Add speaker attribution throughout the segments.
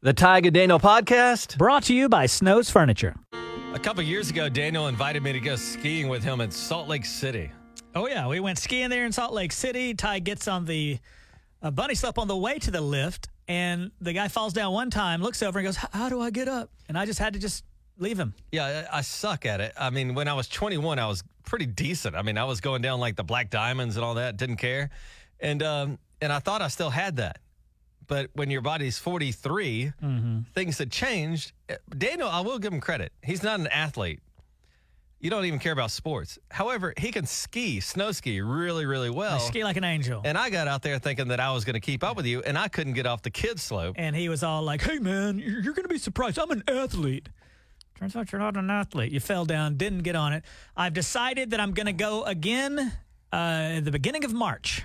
Speaker 1: The Ty Dano podcast.
Speaker 2: Brought to you by Snow's Furniture.
Speaker 1: A couple years ago, Daniel invited me to go skiing with him in Salt Lake City.
Speaker 2: Oh yeah, we went skiing there in Salt Lake City. Ty gets on the uh, bunny slope on the way to the lift, and the guy falls down one time, looks over, and goes, "How how do I get up?" And I just had to just leave him.
Speaker 1: Yeah, I I suck at it. I mean, when I was 21, I was pretty decent. I mean, I was going down like the black diamonds and all that. Didn't care, and um, and I thought I still had that. But when your body's 43, things had changed. Uh, Daniel, I will give him credit. He's not an athlete. You don't even care about sports. However, he can ski, snow ski, really, really well.
Speaker 2: I ski like an angel.
Speaker 1: And I got out there thinking that I was going to keep up with you, and I couldn't get off the kids slope.
Speaker 2: And he was all like, "Hey man, you're, you're gonna be surprised. I'm an athlete." Turns out you're not an athlete. You fell down, didn't get on it. I've decided that I'm gonna go again uh, at the beginning of March.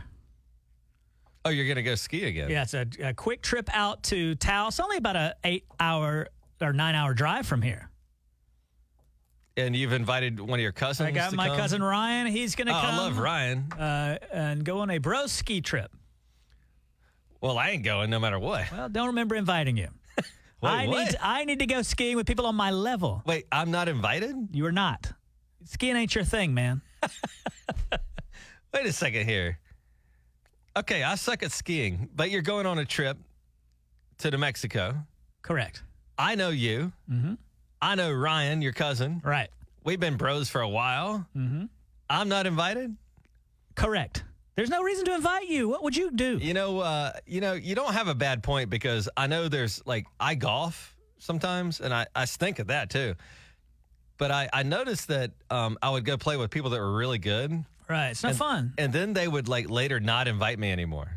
Speaker 1: Oh, you're going to go ski again?
Speaker 2: Yeah, it's a, a quick trip out to Taos. Only about a eight hour or nine hour drive from here.
Speaker 1: And you've invited one of your cousins.
Speaker 2: I got
Speaker 1: to
Speaker 2: my
Speaker 1: come?
Speaker 2: cousin Ryan. He's going
Speaker 1: Oh,
Speaker 2: to come
Speaker 1: I love Ryan.
Speaker 2: Uh, and go on a bro ski trip.
Speaker 1: Well, I ain't going no matter what.
Speaker 2: Well, don't remember inviting you.
Speaker 1: Wait,
Speaker 2: I
Speaker 1: what?
Speaker 2: need I need to go skiing with people on my level.
Speaker 1: Wait, I'm not invited?
Speaker 2: You are not. Skiing ain't your thing, man.
Speaker 1: Wait a second here. Okay, I suck at skiing, but you're going on a trip to New Mexico.
Speaker 2: Correct.
Speaker 1: I know you. Mm-hmm. I know Ryan, your cousin.
Speaker 2: Right.
Speaker 1: We've been bros for a while. Mm-hmm. I'm not invited.
Speaker 2: Correct. There's no reason to invite you. What would you do?
Speaker 1: You know, uh, you know, you don't have a bad point because I know there's like I golf sometimes, and I I stink at that too. But I I noticed that um, I would go play with people that were really good,
Speaker 2: Right. It's not fun.
Speaker 1: and then they would like later not invite me anymore.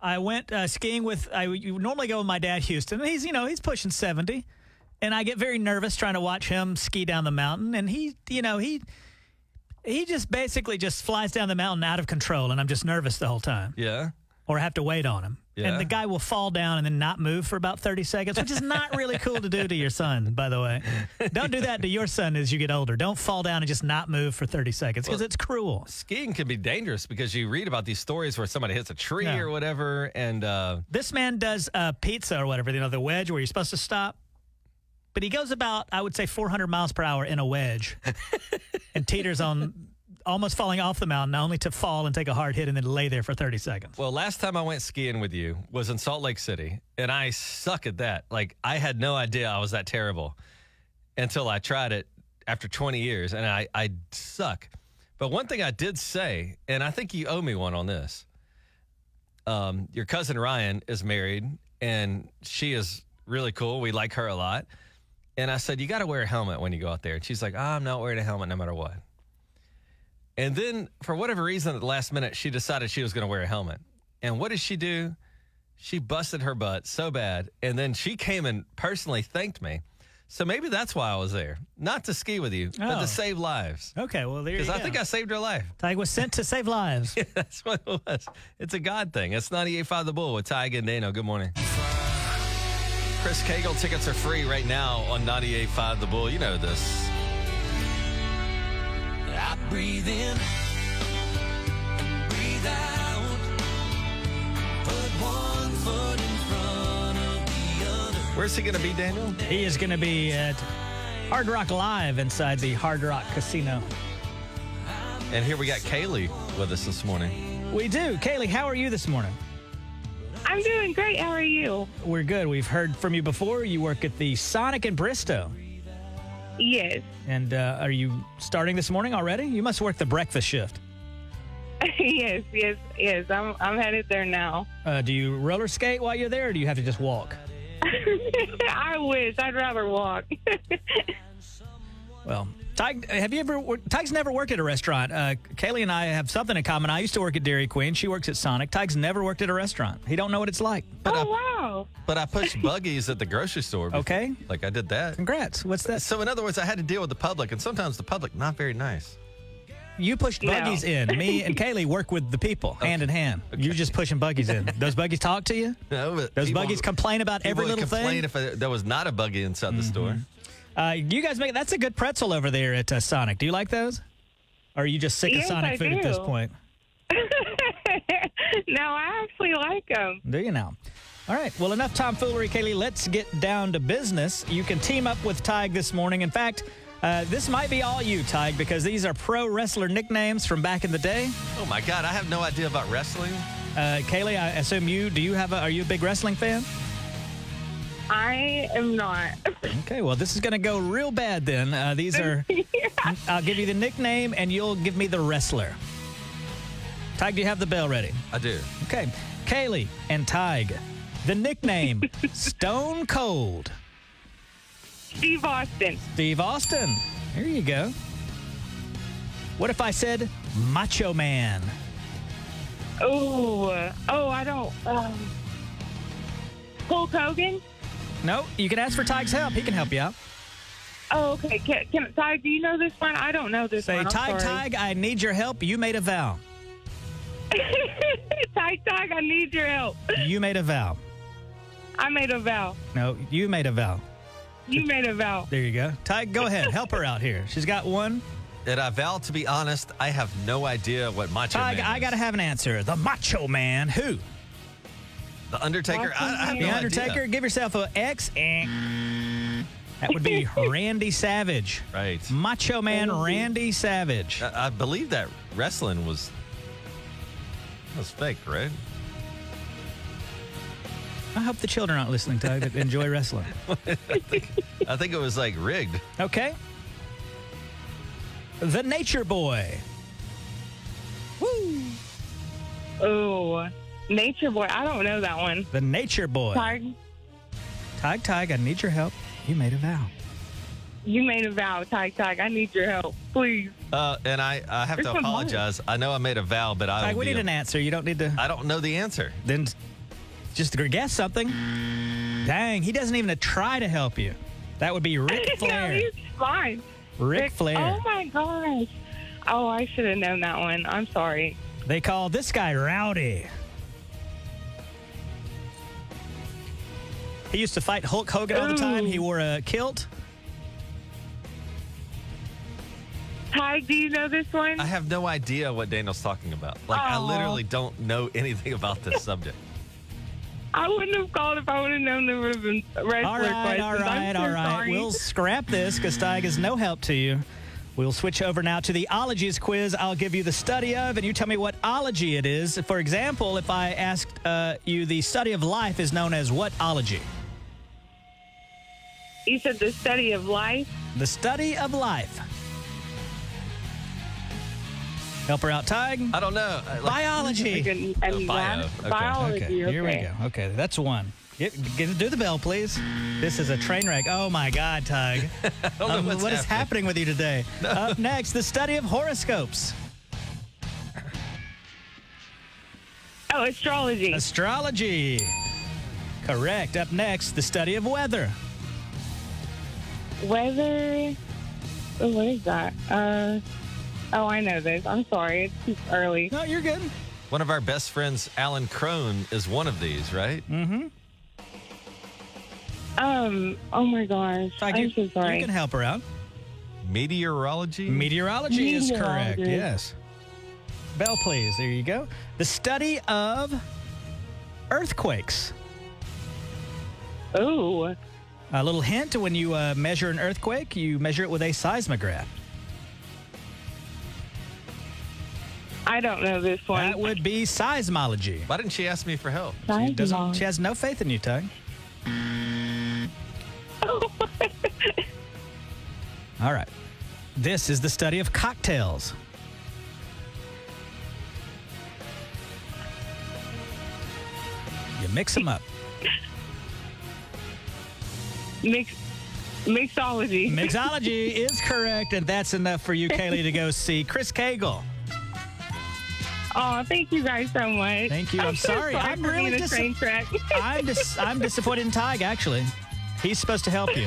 Speaker 2: I went uh, skiing with. I you normally go with my dad, Houston. and He's you know he's pushing seventy, and I get very nervous trying to watch him ski down the mountain. And he you know he he just basically just flies down the mountain out of control, and I'm just nervous the whole time,
Speaker 1: Yeah.
Speaker 2: or have to wait on him.
Speaker 1: Yeah.
Speaker 2: And the guy will fall down and then not move for about thirty seconds, which is not really cool to do to your son. By the way, don't do that to your son as you get older. Don't fall down and just not move for thirty seconds because it's cruel.
Speaker 1: Skiing can be dangerous because you read about these stories where somebody hits a tree
Speaker 2: Yeah.
Speaker 1: or whatever, and uh,
Speaker 2: This man does uh, pizza or whatever, you know, the wedge where you're supposed to stop. But he goes about, I would say, 400 miles per hour in a wedge and teeters on almost falling off the mountain, only to fall and take a hard hit and then lay there for 30 seconds.
Speaker 1: well, last time I went skiing with you was in Salt Lake City, and I suck at that. Like I had no idea I was that terrible until I tried it after 20 years, and I I suck. But one thing I did say, and I think you owe me one on this. Um, your cousin Ryan is married, and she is really cool. We like her a lot. And I said, You got to wear a helmet when you go out there. And she's like, I'm not wearing a helmet no matter what. And then, for whatever reason, at the last minute, she decided she was going to wear a helmet. And what did she do? She busted her butt so bad. And then she came and personally thanked me. So maybe that's why I was there. Not to ski with you, but
Speaker 2: Oh.
Speaker 1: to save lives.
Speaker 2: Okay, well, there you
Speaker 1: Because
Speaker 2: go.
Speaker 1: I think I saved her life.
Speaker 2: Tig was sent to save lives.
Speaker 1: That's what it was. It's a God thing. It's 98.5 The Bull with Ty Gandano. Good morning. Chris Cagle tickets are free right now on 98.5 The Bull. You know this.
Speaker 3: I breathe in, breathe out, put one foot in front of the other.
Speaker 1: Where's he going to be, Daniel?
Speaker 2: he is going to be at Hard Rock Live inside the Hard Rock Casino.
Speaker 1: And here we got Kaylee with us this morning.
Speaker 2: We do. Kaylee, how are you this morning?
Speaker 4: I'm doing great. How are you?
Speaker 2: We're good. We've heard from you before. You work at the Sonic in Bristow.
Speaker 4: Yes.
Speaker 2: And uh, are you starting this morning already? You must work the breakfast shift.
Speaker 4: yes, yes, yes. I'm I'm headed there now.
Speaker 2: Uh, do you roller skate while you're there, or do you have to just walk?
Speaker 4: I wish I'd rather walk.
Speaker 2: Well, Tyke, have you ever? worked- Tyke's never worked at a restaurant. Uh, Kaylee and I have something in common. I used to work at Dairy Queen. She works at Sonic. Tyke's never worked at a restaurant. He don't know what it's like.
Speaker 1: But,
Speaker 4: oh
Speaker 1: I,
Speaker 4: wow.
Speaker 1: but I pushed buggies at the grocery store. before.
Speaker 2: Okay.
Speaker 1: Like I did that.
Speaker 2: Congrats. What's that?
Speaker 1: So, in other words, I had to deal with the public, and sometimes the public not very nice.
Speaker 2: You pushed
Speaker 4: No.
Speaker 2: buggies in. Me and Kaylee work with the people, hand in hand. You're just pushing buggies in. Those buggies talk to you.
Speaker 1: No, but
Speaker 2: Those
Speaker 1: people-
Speaker 2: buggies complain about every
Speaker 1: people would
Speaker 2: little
Speaker 1: complain
Speaker 2: thing. Mm-hmm.
Speaker 1: if uh, there was not a buggy inside the store.
Speaker 2: Uh, you guys make that's a good pretzel over there at uh, Sonic. Do you like those? Or are you just sick of
Speaker 4: Yes,
Speaker 2: Sonic
Speaker 4: I
Speaker 2: food at this
Speaker 4: do.
Speaker 2: point?
Speaker 4: no, I actually like them.
Speaker 2: Do you now? All All right. Well, enough tomfoolery, Kaylee. Let's get down to business. You can team up with Tig this morning. In fact, uh, this might be all you, Tig, because these are pro wrestler nicknames from back in the day.
Speaker 1: Oh my God, I have no idea about wrestling.
Speaker 2: Uh, Kaylee, I assume you do. You have? A, are you a big wrestling fan?
Speaker 4: I am not.
Speaker 2: Okay. Well, this is going to go real bad then. Uh, these are. I'll give you the nickname, and you'll give me the wrestler. Tig, do you have the bell ready?
Speaker 1: I do.
Speaker 2: Okay. Kaylee and Tig. The nickname Stone Cold.
Speaker 4: Steve Austin.
Speaker 2: Steve Austin. Here you go. What if I said Macho Man?
Speaker 4: Oh, oh, I don't. Um, Hulk Hogan.
Speaker 2: No, you can ask for Tig's help. He can help you out.
Speaker 4: Oh, okay. Can, can Ty, do you know this one? I don't know this
Speaker 2: Say,
Speaker 4: one. I'm
Speaker 2: Tig,
Speaker 4: sorry.
Speaker 2: Tig, I need your help. You made a vow.
Speaker 4: Ty, Ty, I need your help.
Speaker 2: You made a vow.
Speaker 4: I made a vow.
Speaker 2: No, you made a vow.
Speaker 4: You made a vow.
Speaker 2: There you go. Tig, go ahead. Help her out here. She's got one.
Speaker 1: And I vow to be honest, I have no idea what Macho
Speaker 2: Tig,
Speaker 1: Man
Speaker 2: I
Speaker 1: is.
Speaker 2: got to have an answer. The Macho Man. Who?
Speaker 1: The Undertaker. I, I have
Speaker 2: The
Speaker 1: no
Speaker 2: Undertaker.
Speaker 1: Idea.
Speaker 2: Give yourself a X. Eh. That would be Randy Savage.
Speaker 1: Right.
Speaker 2: Macho Man Randy Savage.
Speaker 1: I, I believe that wrestling was that was fake, right?
Speaker 2: I hope the children aren't listening to that enjoy wrestling.
Speaker 1: I think it was like rigged.
Speaker 2: Okay. The Nature Boy.
Speaker 4: Oh, Nature Boy. I don't know that one.
Speaker 2: The Nature Boy.
Speaker 4: Ty,
Speaker 2: Tig, Tig, I need your help. You made a vow.
Speaker 4: you made a vow. Ty, Ty, I need your help. Please.
Speaker 1: Uh, and I, I have
Speaker 4: It's
Speaker 1: to
Speaker 4: a moment.
Speaker 1: apologize. I know I made a vow, but I
Speaker 2: Tig,
Speaker 1: will
Speaker 2: we
Speaker 1: be
Speaker 2: need
Speaker 1: a-
Speaker 2: an answer. You don't need to.
Speaker 1: Oh, I don't know the answer.
Speaker 2: then just guess something. Dang, he doesn't even try to help you. That would be Ric
Speaker 4: no,
Speaker 2: Flair.
Speaker 4: he's fine.
Speaker 2: Ric Flair.
Speaker 4: Oh, my gosh. Oh, I should have known that one. I'm sorry.
Speaker 2: They call this guy Rowdy. He used to fight Hulk Hogan all the time.
Speaker 4: Ooh.
Speaker 2: He wore a kilt.
Speaker 4: Ty, do you know this one?
Speaker 1: I have no idea what Daniel's talking about. Like, I
Speaker 4: Aw.
Speaker 1: literally don't know anything about this subject.
Speaker 4: I wouldn't have called if I would have known the ribbon wrestler
Speaker 2: All right,
Speaker 4: questions.
Speaker 2: all
Speaker 4: I'm
Speaker 2: right,
Speaker 4: so
Speaker 2: all right.
Speaker 4: sorry.
Speaker 2: We'll scrap this because Steig is no help to you. We'll switch over now to the ologies quiz. I'll give you the study of, and you tell me what ology it is. For example, if I asked uh, you the study of life is known as what ology?
Speaker 4: You said the study of life.
Speaker 2: The study of life. Help her out, Tig.
Speaker 1: I don't know. I, like,
Speaker 2: uh, Biology.
Speaker 4: And
Speaker 1: Oh,
Speaker 4: and
Speaker 1: bio.
Speaker 4: lab-
Speaker 1: Okay,
Speaker 4: Biology.
Speaker 2: Okay, here we
Speaker 4: okay.
Speaker 2: go. Okay, that's one. Get, get- do the bell, please. This is a train wreck. Oh my God, Tug.
Speaker 1: don't know
Speaker 2: Um,
Speaker 1: what's
Speaker 2: what is happening with you today? Up next, the study of horoscopes,
Speaker 4: Oh, astrology.
Speaker 2: astrology. Correct. Up next, the study of weather.
Speaker 4: Weather. Oh, what is that? Uh, oh, I know this. I'm sorry. It's too early.
Speaker 2: No, you're good.
Speaker 1: One of our best friends, Alan Crone, is one of these, right?
Speaker 2: Mm.
Speaker 4: Um. Oh my gosh.
Speaker 2: Tug, you,
Speaker 4: I'm so sorry.
Speaker 2: you can help her out.
Speaker 1: Meteorology?
Speaker 2: Meteorology is correct.
Speaker 4: Meteorology.
Speaker 2: Yes. Bell, please. There you go. The study of earthquakes.
Speaker 4: oh.
Speaker 2: A little hint when you uh, measure an earthquake, you measure it with a seismograph.
Speaker 4: I don't know this one.
Speaker 2: That would be seismology.
Speaker 1: Why didn't she ask me for help?
Speaker 2: She,
Speaker 4: Seismology.
Speaker 2: doesn't, she has no faith in you, Tug. All right. This is the study of cocktails. You mix them up.
Speaker 4: Mix. Mixology.
Speaker 2: Mixology is correct, and that's enough for you, Kaylee, to go see Chris Cagle.
Speaker 4: oh, thank you guys so much.
Speaker 2: Thank you. I'm
Speaker 4: so
Speaker 2: sorry. I'm
Speaker 4: for
Speaker 2: really
Speaker 4: being a
Speaker 2: dis-
Speaker 4: train track.
Speaker 2: I'm dis- I'm disappointed in Tig, actually. He's supposed to help you.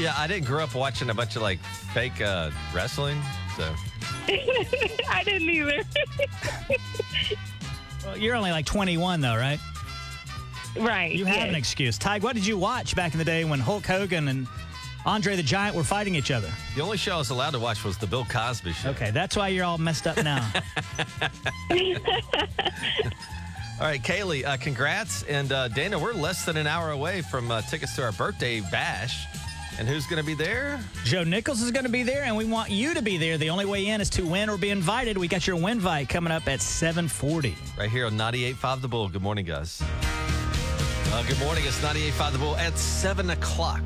Speaker 1: Yeah, I didn't grow up watching a bunch of like fake uh, wrestling. So,
Speaker 4: I didn't either.
Speaker 2: Well, you're only like 21, though, right?
Speaker 4: right.
Speaker 2: You have an
Speaker 4: yes.
Speaker 2: excuse. Tig, what did you watch back in the day when Hulk Hogan and Andre the Giant were fighting each other.
Speaker 1: The only show I was allowed to watch was the Bill Cosby show.
Speaker 2: Okay, that's why you're all messed up now.
Speaker 1: All right, Kaylee, uh, congrats. And uh, Dana, we're less than an hour away from uh, tickets to our birthday bash. And who's going to be there?
Speaker 2: Joe Nichols is going to be there, and we want you to be there. The only way in is to win or be invited. We got your win invite coming up at 740.
Speaker 1: Right here on 98.5 The Bull. Good morning, guys. Uh, good morning. It's 98.5 The Bull at 7 o'clock.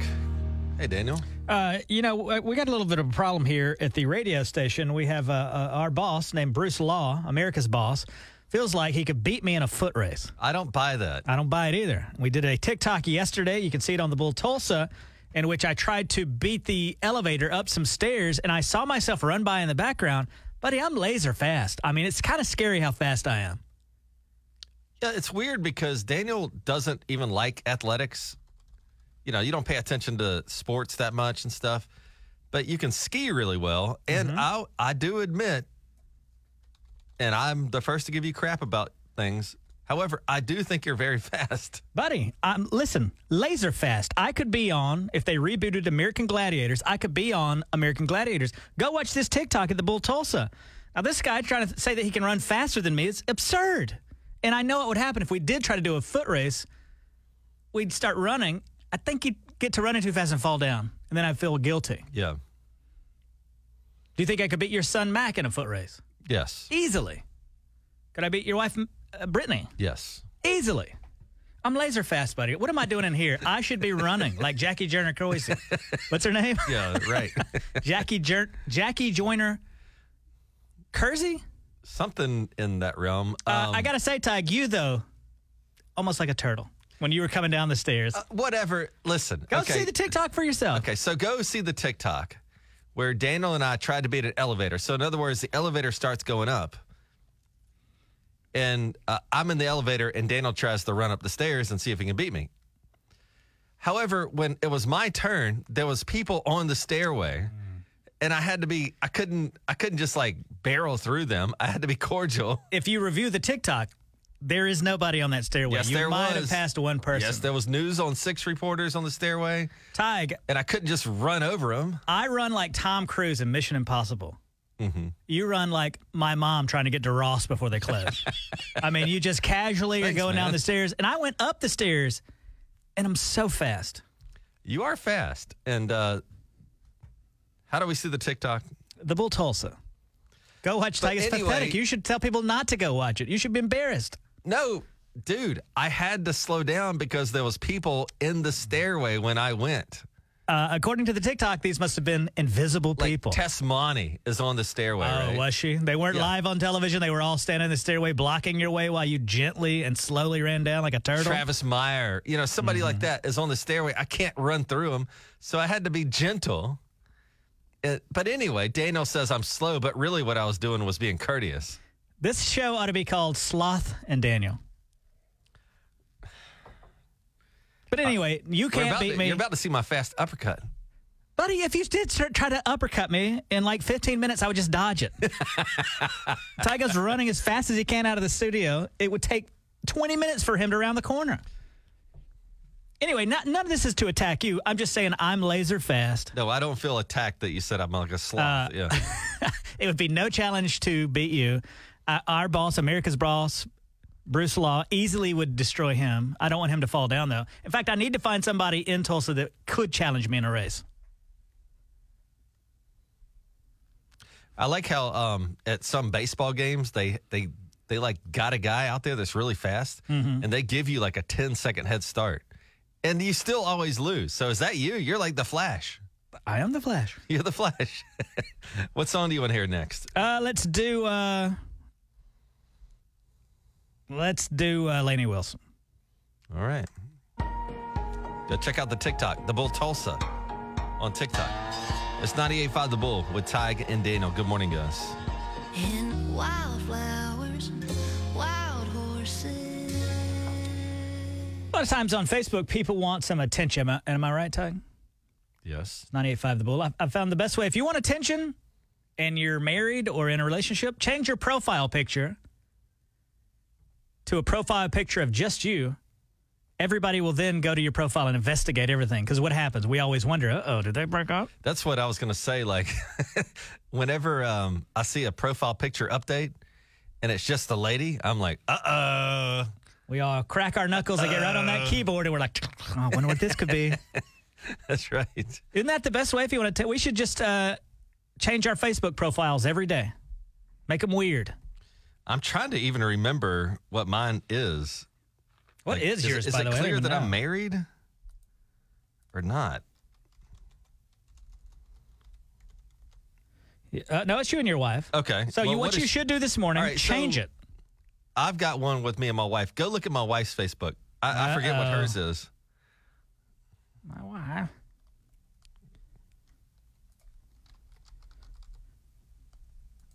Speaker 1: Hey, Daniel.
Speaker 2: Uh, you know, uh, we got a little bit of a problem here at the radio station. We have uh, uh, our boss named Bruce Law, America's boss, feels like he could beat me in a foot race.
Speaker 1: I don't buy that.
Speaker 2: I don't buy it either. We did a TikTok yesterday. You can see it on the Bull Tulsa, in which I tried to beat the elevator up some stairs, and I saw myself run by in the background. Buddy, I'm laser fast. I mean, it's kind of scary how fast I am.
Speaker 1: Yeah, it's weird because Daniel doesn't even like athletics. You know, you don't pay attention to sports that much and stuff, but you can ski really well. And I I do admit, and I'm the first to give you crap about things. However, I do think you're very fast.
Speaker 2: Buddy, um, listen, laser fast. I could be on, if they rebooted American Gladiators, I could be on American Gladiators. Go watch this TikTok at the Bull Tulsa. Now, this guy trying to say that he can run faster than me is absurd. And I know what would happen if we did try to do a foot race. We'd start running. I think you'd get to running too fast and fall down. And then I'd feel guilty.
Speaker 1: Yeah.
Speaker 2: Do you think I could beat your son, Mac, in a foot race?
Speaker 1: Yes.
Speaker 2: Easily. Could I beat your wife, M- uh, Brittany?
Speaker 1: Yes.
Speaker 2: Easily. I'm laser fast, buddy. What am I doing in here? I should be running like Jackie Joyner Croisi. What's her name?
Speaker 1: Yeah. Right.
Speaker 2: Jackie Jer- Jackie Joyner Kersey?
Speaker 1: Something in that realm. Um,
Speaker 2: Uh, I got to say, Tig, you, though, almost like a turtle when you were coming down the stairs.
Speaker 1: whatever. Listen.
Speaker 2: Go
Speaker 1: Uh, okay.
Speaker 2: see the TikTok for yourself.
Speaker 1: Okay, so go see the TikTok where Daniel and I tried to beat an elevator. So in other words, the elevator starts going up, and uh, I'm in the elevator, and Daniel tries to run up the stairs and see if he can beat me. However, when it was my turn, there was people on the stairway,
Speaker 2: Mm.
Speaker 1: and I had to be. I couldn't. I couldn't just like barrel through them. I had to be cordial.
Speaker 2: If you review the TikTok, there is nobody on that stairway.
Speaker 1: Yes,
Speaker 2: you
Speaker 1: there
Speaker 2: might have
Speaker 1: was.
Speaker 2: passed one person.
Speaker 1: Yes, there was news on six reporters on the stairway,
Speaker 2: Tig,
Speaker 1: and I couldn't just run over them.
Speaker 2: I run like Tom Cruise in Mission Impossible.
Speaker 1: Mm-hmm.
Speaker 2: You run like my mom trying to get to Ross before they close. I mean, you just casually
Speaker 1: Thanks,
Speaker 2: are going down
Speaker 1: man.
Speaker 2: the stairs, and I went up the stairs, and I'm so fast.
Speaker 1: You are fast. And uh, how do we see the TikTok?
Speaker 2: The Bull Tulsa. Go watch
Speaker 1: But
Speaker 2: Tig. It's
Speaker 1: anyway-
Speaker 2: pathetic. You should tell people not to go watch it. You should be embarrassed.
Speaker 1: No, dude, I had to slow down because there was people in the stairway when I went.
Speaker 2: Uh, according to the TikTok, these must have been invisible
Speaker 1: Like
Speaker 2: people.
Speaker 1: Tess Monty is on the stairway.
Speaker 2: Oh,
Speaker 1: right?
Speaker 2: was she? They weren't
Speaker 1: Yeah.
Speaker 2: live on television. They were all standing in the stairway, blocking your way while you gently and slowly ran down like a turtle.
Speaker 1: Travis Meyer, you know, somebody like
Speaker 2: Mm-hmm.
Speaker 1: that is on the stairway. I can't run through him, so I had to be gentle. Uh, but anyway, Daniel says I'm slow, but really what I was doing was being courteous.
Speaker 2: This show ought to be called Sloth and Daniel. But anyway,
Speaker 1: Uh,
Speaker 2: you
Speaker 1: We're
Speaker 2: can't
Speaker 1: about
Speaker 2: beat
Speaker 1: to-
Speaker 2: me.
Speaker 1: You're about to see my fast uppercut.
Speaker 2: Buddy, if you did start, try to uppercut me in like 15 minutes, I would just dodge it. Tygo's running as fast as he can out of the studio. It would take 20 minutes for him to round the corner. Anyway, not, none of this is to attack you. I'm just saying I'm laser fast.
Speaker 1: No, I don't feel attacked that you said I'm like a sloth. yeah.
Speaker 2: It would be no challenge to beat you. Uh, our boss, America's boss, Bruce Law, easily would destroy him. I don't want him to fall down, though. In fact, I need to find somebody in Tulsa that could challenge me in a race.
Speaker 1: I like how um, at some baseball games they they they like got a guy out there that's really fast and they give you like a 10 second head start. And you still always lose. So is that you? You're like the Flash.
Speaker 2: I am the Flash.
Speaker 1: You're the Flash. what song do you want to hear next?
Speaker 2: Uh, let's do. Uh, let's do uh, Laney Wilson.
Speaker 1: All right. Go check out the TikTok, The Bull Tulsa on TikTok. It's 98.5 The Bull with Tig and Daniel. Good morning, guys.
Speaker 5: and wildflowers, wild horses.
Speaker 2: A lot of times on Facebook, people want some attention. Am I, am I right, Tug?
Speaker 1: Yes.
Speaker 2: 98.5 The Bull. I, I found the best way. If you want attention and you're married or in a relationship, change your profile picture to a profile picture of just you Everybody will then go to your profile and investigate everything. Because what happens? We always wonder, uh oh, did they break up?
Speaker 1: That's what I was going to say. Like, whenever um, I see a profile picture update and it's just the lady, I'm like, uh oh.
Speaker 2: We all crack our knuckles and get right on that keyboard and we're like, "Oh, I wonder what this could be.
Speaker 1: That's right.
Speaker 2: Isn't that the best way if you want to? T- we should just uh, change our Facebook profiles every day, make them weird.
Speaker 1: I'm trying to even remember what mine is.
Speaker 2: What is
Speaker 1: it-
Speaker 2: yours?
Speaker 1: Is
Speaker 2: by
Speaker 1: it
Speaker 2: the way? I don't
Speaker 1: clear
Speaker 2: even
Speaker 1: that I'm
Speaker 2: know.
Speaker 1: married or not?
Speaker 2: Uh, no, it's you and your wife.
Speaker 1: Okay.
Speaker 2: So
Speaker 1: Well,
Speaker 2: you, what, you
Speaker 1: is-
Speaker 2: should do this morning,
Speaker 1: All right, so-
Speaker 2: change it.
Speaker 1: I've got one with me and my wife. Go look at my wife's Facebook. I, I forget what
Speaker 2: Uh-oh.
Speaker 1: hers is.
Speaker 2: My wife.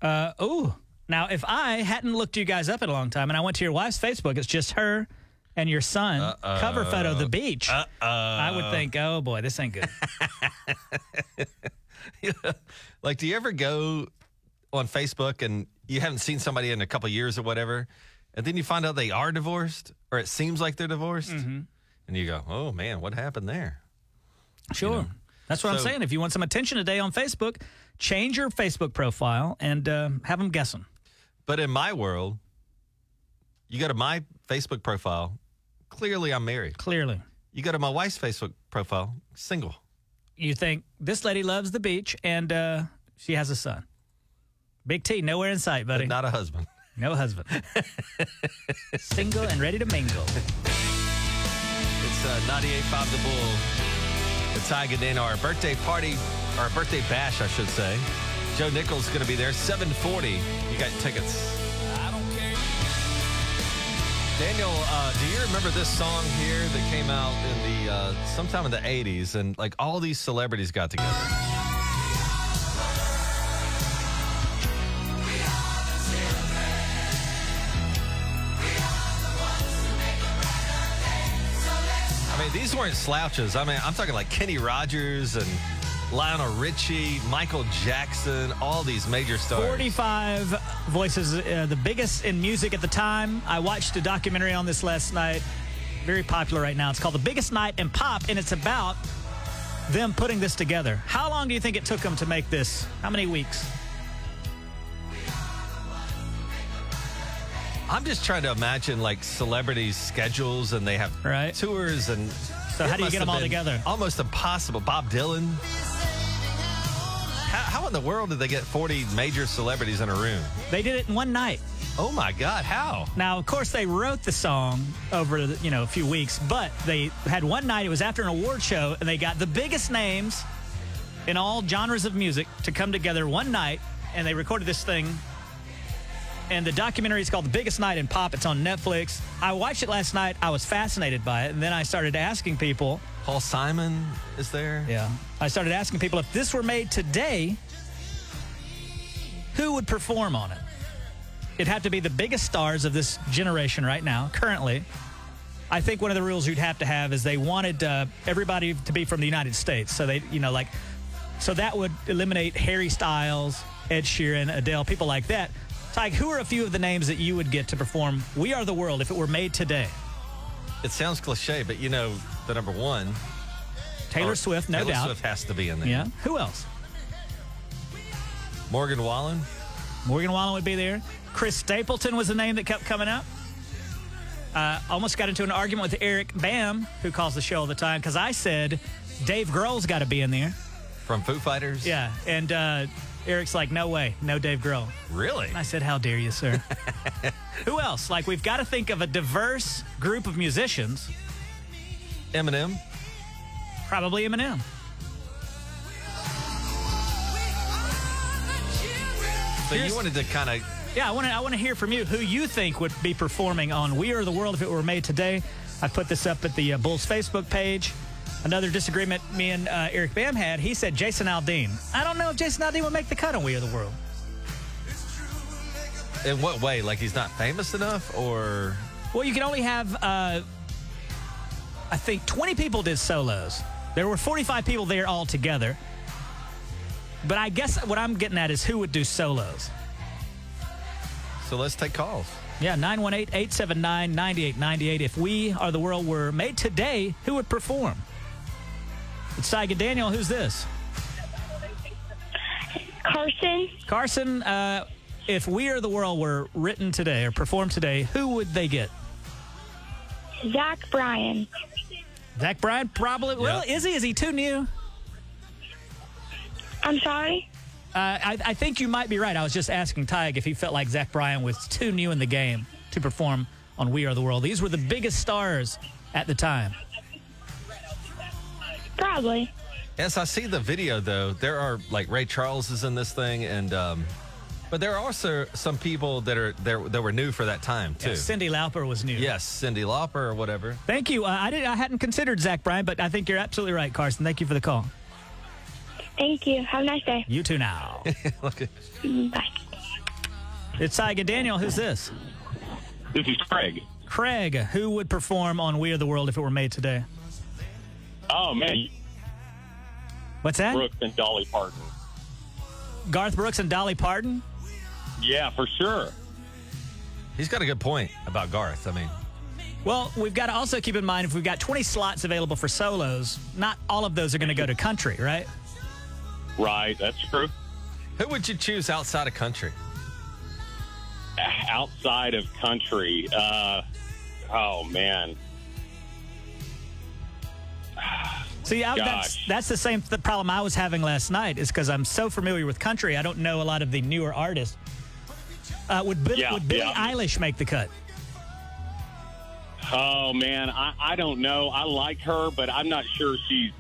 Speaker 2: Uh, ooh. Now, if I hadn't looked you guys up in a long time and I went to your wife's Facebook, it's just her and your son cover photo of the beach. Uh-oh. I would think, oh boy, this ain't good.
Speaker 1: Like, do you ever go on Facebook and you haven't seen somebody in a couple years or whatever, and then you find out they are divorced or it seems like they're divorced, and you go, "Oh man, what happened there?"
Speaker 2: sure. That's what I'm
Speaker 1: So-
Speaker 2: saying. If you want some attention today on Facebook, change your Facebook profile and uh, have them guessing.
Speaker 1: But in my world, you go to my Facebook profile, clearly I'm married.
Speaker 2: Clearly,
Speaker 1: You go to my wife's Facebook profile, single.
Speaker 2: you think this lady loves the beach and uh, she has a son. Big T, nowhere in sight, buddy.
Speaker 1: Not a husband.
Speaker 2: No husband. Single and ready to mingle.
Speaker 1: It's uh, 98.5 The Bull. The Tiger Dan, our birthday party, our birthday bash, I should say. Joe Nichols going to be there, 740. You got tickets.
Speaker 3: I don't care.
Speaker 1: Daniel, uh, do you remember this song here that came out in the uh, sometime in the 80s and like all these celebrities got together? I mean, these weren't slouches. I mean, I'm talking like Kenny Rogers and Lionel Richie, Michael Jackson, all these major stars.
Speaker 2: 45 voices, uh, the biggest in music at the time. I watched a documentary on this last night. Very popular right now. It's called The Biggest Night in Pop, and it's about them putting this together. How long do you think it took them to make this? How many weeks?
Speaker 1: I'm just trying to imagine like celebrities' schedules and they have
Speaker 2: Right.
Speaker 1: tours and. So
Speaker 2: how do you get them all together?
Speaker 1: Almost impossible. Bob Dylan. How, how in the world did they get 40 major celebrities in a room?
Speaker 2: They did it in one night.
Speaker 1: Oh my God! How?
Speaker 2: Now, of course, they wrote the song over the, you know a few weeks, but they had one night. It was after an award show, and they got the biggest names in all genres of music to come together one night, and they recorded this thing. And the documentary is called "The Biggest Night in Pop." It's on Netflix. I watched it last night. I was fascinated by it, and then I started asking people.
Speaker 1: Paul Simon is there?
Speaker 2: Yeah, I started asking people if this were made today, who would perform on it? It'd have to be the biggest stars of this generation right now, currently. I think one of the rules you'd have to have is they wanted uh, everybody to be from the United States. So they, you know, like, so that would eliminate Harry Styles, Ed Sheeran, Adele, people like that. Tyke, who are a few of the names that you would get to perform We Are the World if it were made today?
Speaker 1: It sounds cliche, but you know the number one.
Speaker 2: Taylor
Speaker 1: or-
Speaker 2: Swift, no
Speaker 1: Oh, Taylor
Speaker 2: doubt.
Speaker 1: Swift has to be in there.
Speaker 2: Yeah. Who else?
Speaker 1: Morgan Wallen.
Speaker 2: Morgan Wallen would be there. Chris Stapleton was the name that kept coming up. Uh, almost got into an argument with Eric Bam, who calls the show all the time, because I said Dave Grohl's got to be in there.
Speaker 1: From Foo Fighters?
Speaker 2: Yeah, and uh, Eric's like, no way, no Dave Grohl.
Speaker 1: Really?
Speaker 2: I said, how dare you, sir? who else? Like, we've got to think of a diverse group of musicians.
Speaker 1: Eminem?
Speaker 2: Probably Eminem.
Speaker 1: So
Speaker 2: Here's-
Speaker 1: you wanted to kind of
Speaker 2: Yeah, I want to. I want to hear from you who you think would be performing on "We Are the World" if it were made today. I put this up at the uh, Bulls Facebook page. Another disagreement me and uh, Eric Bam had. He said Jason Aldean. I don't know if Jason Aldean would make the cut on "We Are the World."
Speaker 1: in what way? Like he's not famous enough, or
Speaker 2: Well, you can only have, uh, I think, 20 people did solos. There were 45 people there all together. But I guess what I'm getting at is who would do solos.
Speaker 1: so? Let's take calls.
Speaker 2: Yeah, 918 879 9898. If we are the world were made today, who would perform? It's Tyga Daniel. Who's this?
Speaker 6: Carson,
Speaker 2: Carson, uh, if We Are the World were written today or performed today, who would they get?
Speaker 6: Zach Bryan.
Speaker 2: Zach Bryan? Probably. Well, is he? Is he too new?
Speaker 6: I'm sorry.
Speaker 2: Uh, I, I think you might be right. I was just asking Tyg if he felt like Zach Bryan was too new in the game to perform on We Are the World. These were the biggest stars at the time.
Speaker 6: Probably.
Speaker 1: Yes, I see the video though. There are like Ray Charles is in this thing, and um, but there are also some people that are there that were new for that time too.
Speaker 2: Cindy Lauper was new.
Speaker 1: yes, Cindy Lauper or whatever.
Speaker 2: Thank you. Uh, I did. I hadn't considered Zach Bryan, but I think you're absolutely right, Carson. Thank you for the call.
Speaker 6: Thank you. Have a nice day.
Speaker 2: You too now.
Speaker 1: Look at-
Speaker 4: Mm.
Speaker 6: Bye.
Speaker 2: it's Tyga Daniel. Who's this?
Speaker 7: This is Craig.
Speaker 2: Craig. Who would perform on We Are the World if it were made today?
Speaker 7: Oh man,
Speaker 2: What's that?
Speaker 7: Brooks and Dolly Parton.
Speaker 2: Garth Brooks and Dolly Parton.
Speaker 7: Yeah, for sure.
Speaker 1: He's got a good point about Garth. I mean,
Speaker 2: Well, we've got to also keep in mind if we've got 20 slots available for solos, not all of those are going to go to country, right?
Speaker 7: Right, that's true.
Speaker 1: who would you choose outside of country?
Speaker 7: Outside of country, uh, oh man,
Speaker 2: See, I, that's
Speaker 7: Gosh.
Speaker 2: that's the same the problem I was having last night is because I'm so familiar with country, I don't know a lot of the newer artists. Uh, would Bill,
Speaker 7: Yeah,
Speaker 2: would Billie
Speaker 7: yeah.
Speaker 2: Eilish make the cut?
Speaker 7: oh man, I, I don't know. I like her, but I'm not sure she's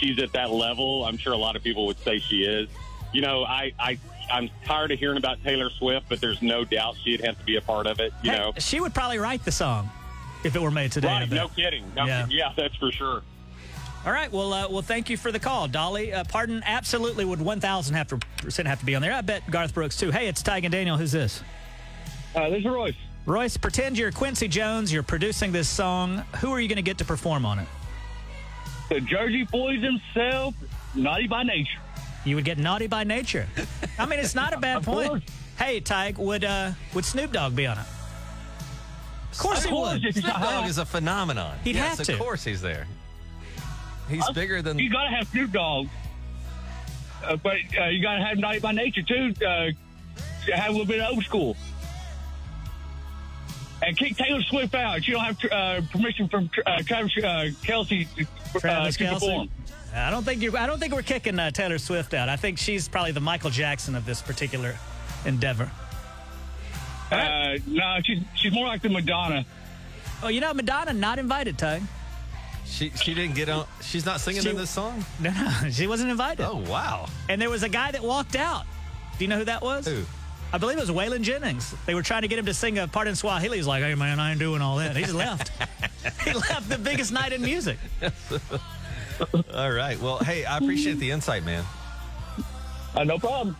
Speaker 7: she's at that level. I'm sure a lot of people would say she is. You know, I I I'm tired of hearing about Taylor Swift, but there's no doubt she'd have to be a part of it. You
Speaker 2: Hey,
Speaker 7: know,
Speaker 2: she would probably write the song if it were made today. I
Speaker 7: right?
Speaker 2: bet.
Speaker 7: No kidding. No,
Speaker 2: Yeah.
Speaker 7: yeah. that's for sure.
Speaker 2: All right. Well, uh, well, thank you for the call, Dolly. Uh, pardon, absolutely would 1,000 have to percent have to be on there. I bet Garth Brooks too. Hey, it's Tygan Daniel. Who's this?
Speaker 8: Uh, this is Royce.
Speaker 2: Royce, pretend you're Quincy Jones. You're producing this song. Who are you going to get to perform on it?
Speaker 8: The Jersey Boys himself, naughty by nature.
Speaker 2: You would get naughty by nature. I mean, it's not a bad
Speaker 8: course.
Speaker 2: point. Hey, Tyg, would uh, would Snoop Dogg be on it? Of course he would.
Speaker 8: It's
Speaker 1: Snoop
Speaker 8: a
Speaker 1: Dogg
Speaker 8: hot-
Speaker 1: is a phenomenon.
Speaker 2: He'd
Speaker 1: yes,
Speaker 2: have
Speaker 1: of
Speaker 2: to.
Speaker 1: course he's there. He's bigger than
Speaker 8: You gotta have Snoop Dogg, uh, but uh, you gotta have naughty by nature too. Uh, to have a little bit of old school, and kick Taylor Swift out. You don't have uh, permission from Tra- uh, Travis uh, Kelsey uh,
Speaker 2: Travis
Speaker 8: to
Speaker 2: Kelce?
Speaker 8: perform.
Speaker 2: I don't think you. I don't think we're kicking uh, Taylor Swift out. I think she's probably the Michael Jackson of this particular endeavor.
Speaker 8: Uh, no, she's she's more like the Madonna.
Speaker 2: Oh, you know, Madonna not invited, Tyg.
Speaker 1: she. She didn't get on. She's not singing
Speaker 2: She-
Speaker 1: in this song.
Speaker 2: No, no, she wasn't invited.
Speaker 1: Oh wow.
Speaker 2: And there was a guy that walked out. Do you know who that was?
Speaker 1: Who?
Speaker 2: I believe it was Waylon Jennings. They were trying to get him to sing a part in Swahili. He's like, hey, man, I ain't doing all that. He just left. he left the biggest night in music.
Speaker 1: All right. Well, hey, I appreciate the insight, man.
Speaker 8: Uh, no problem.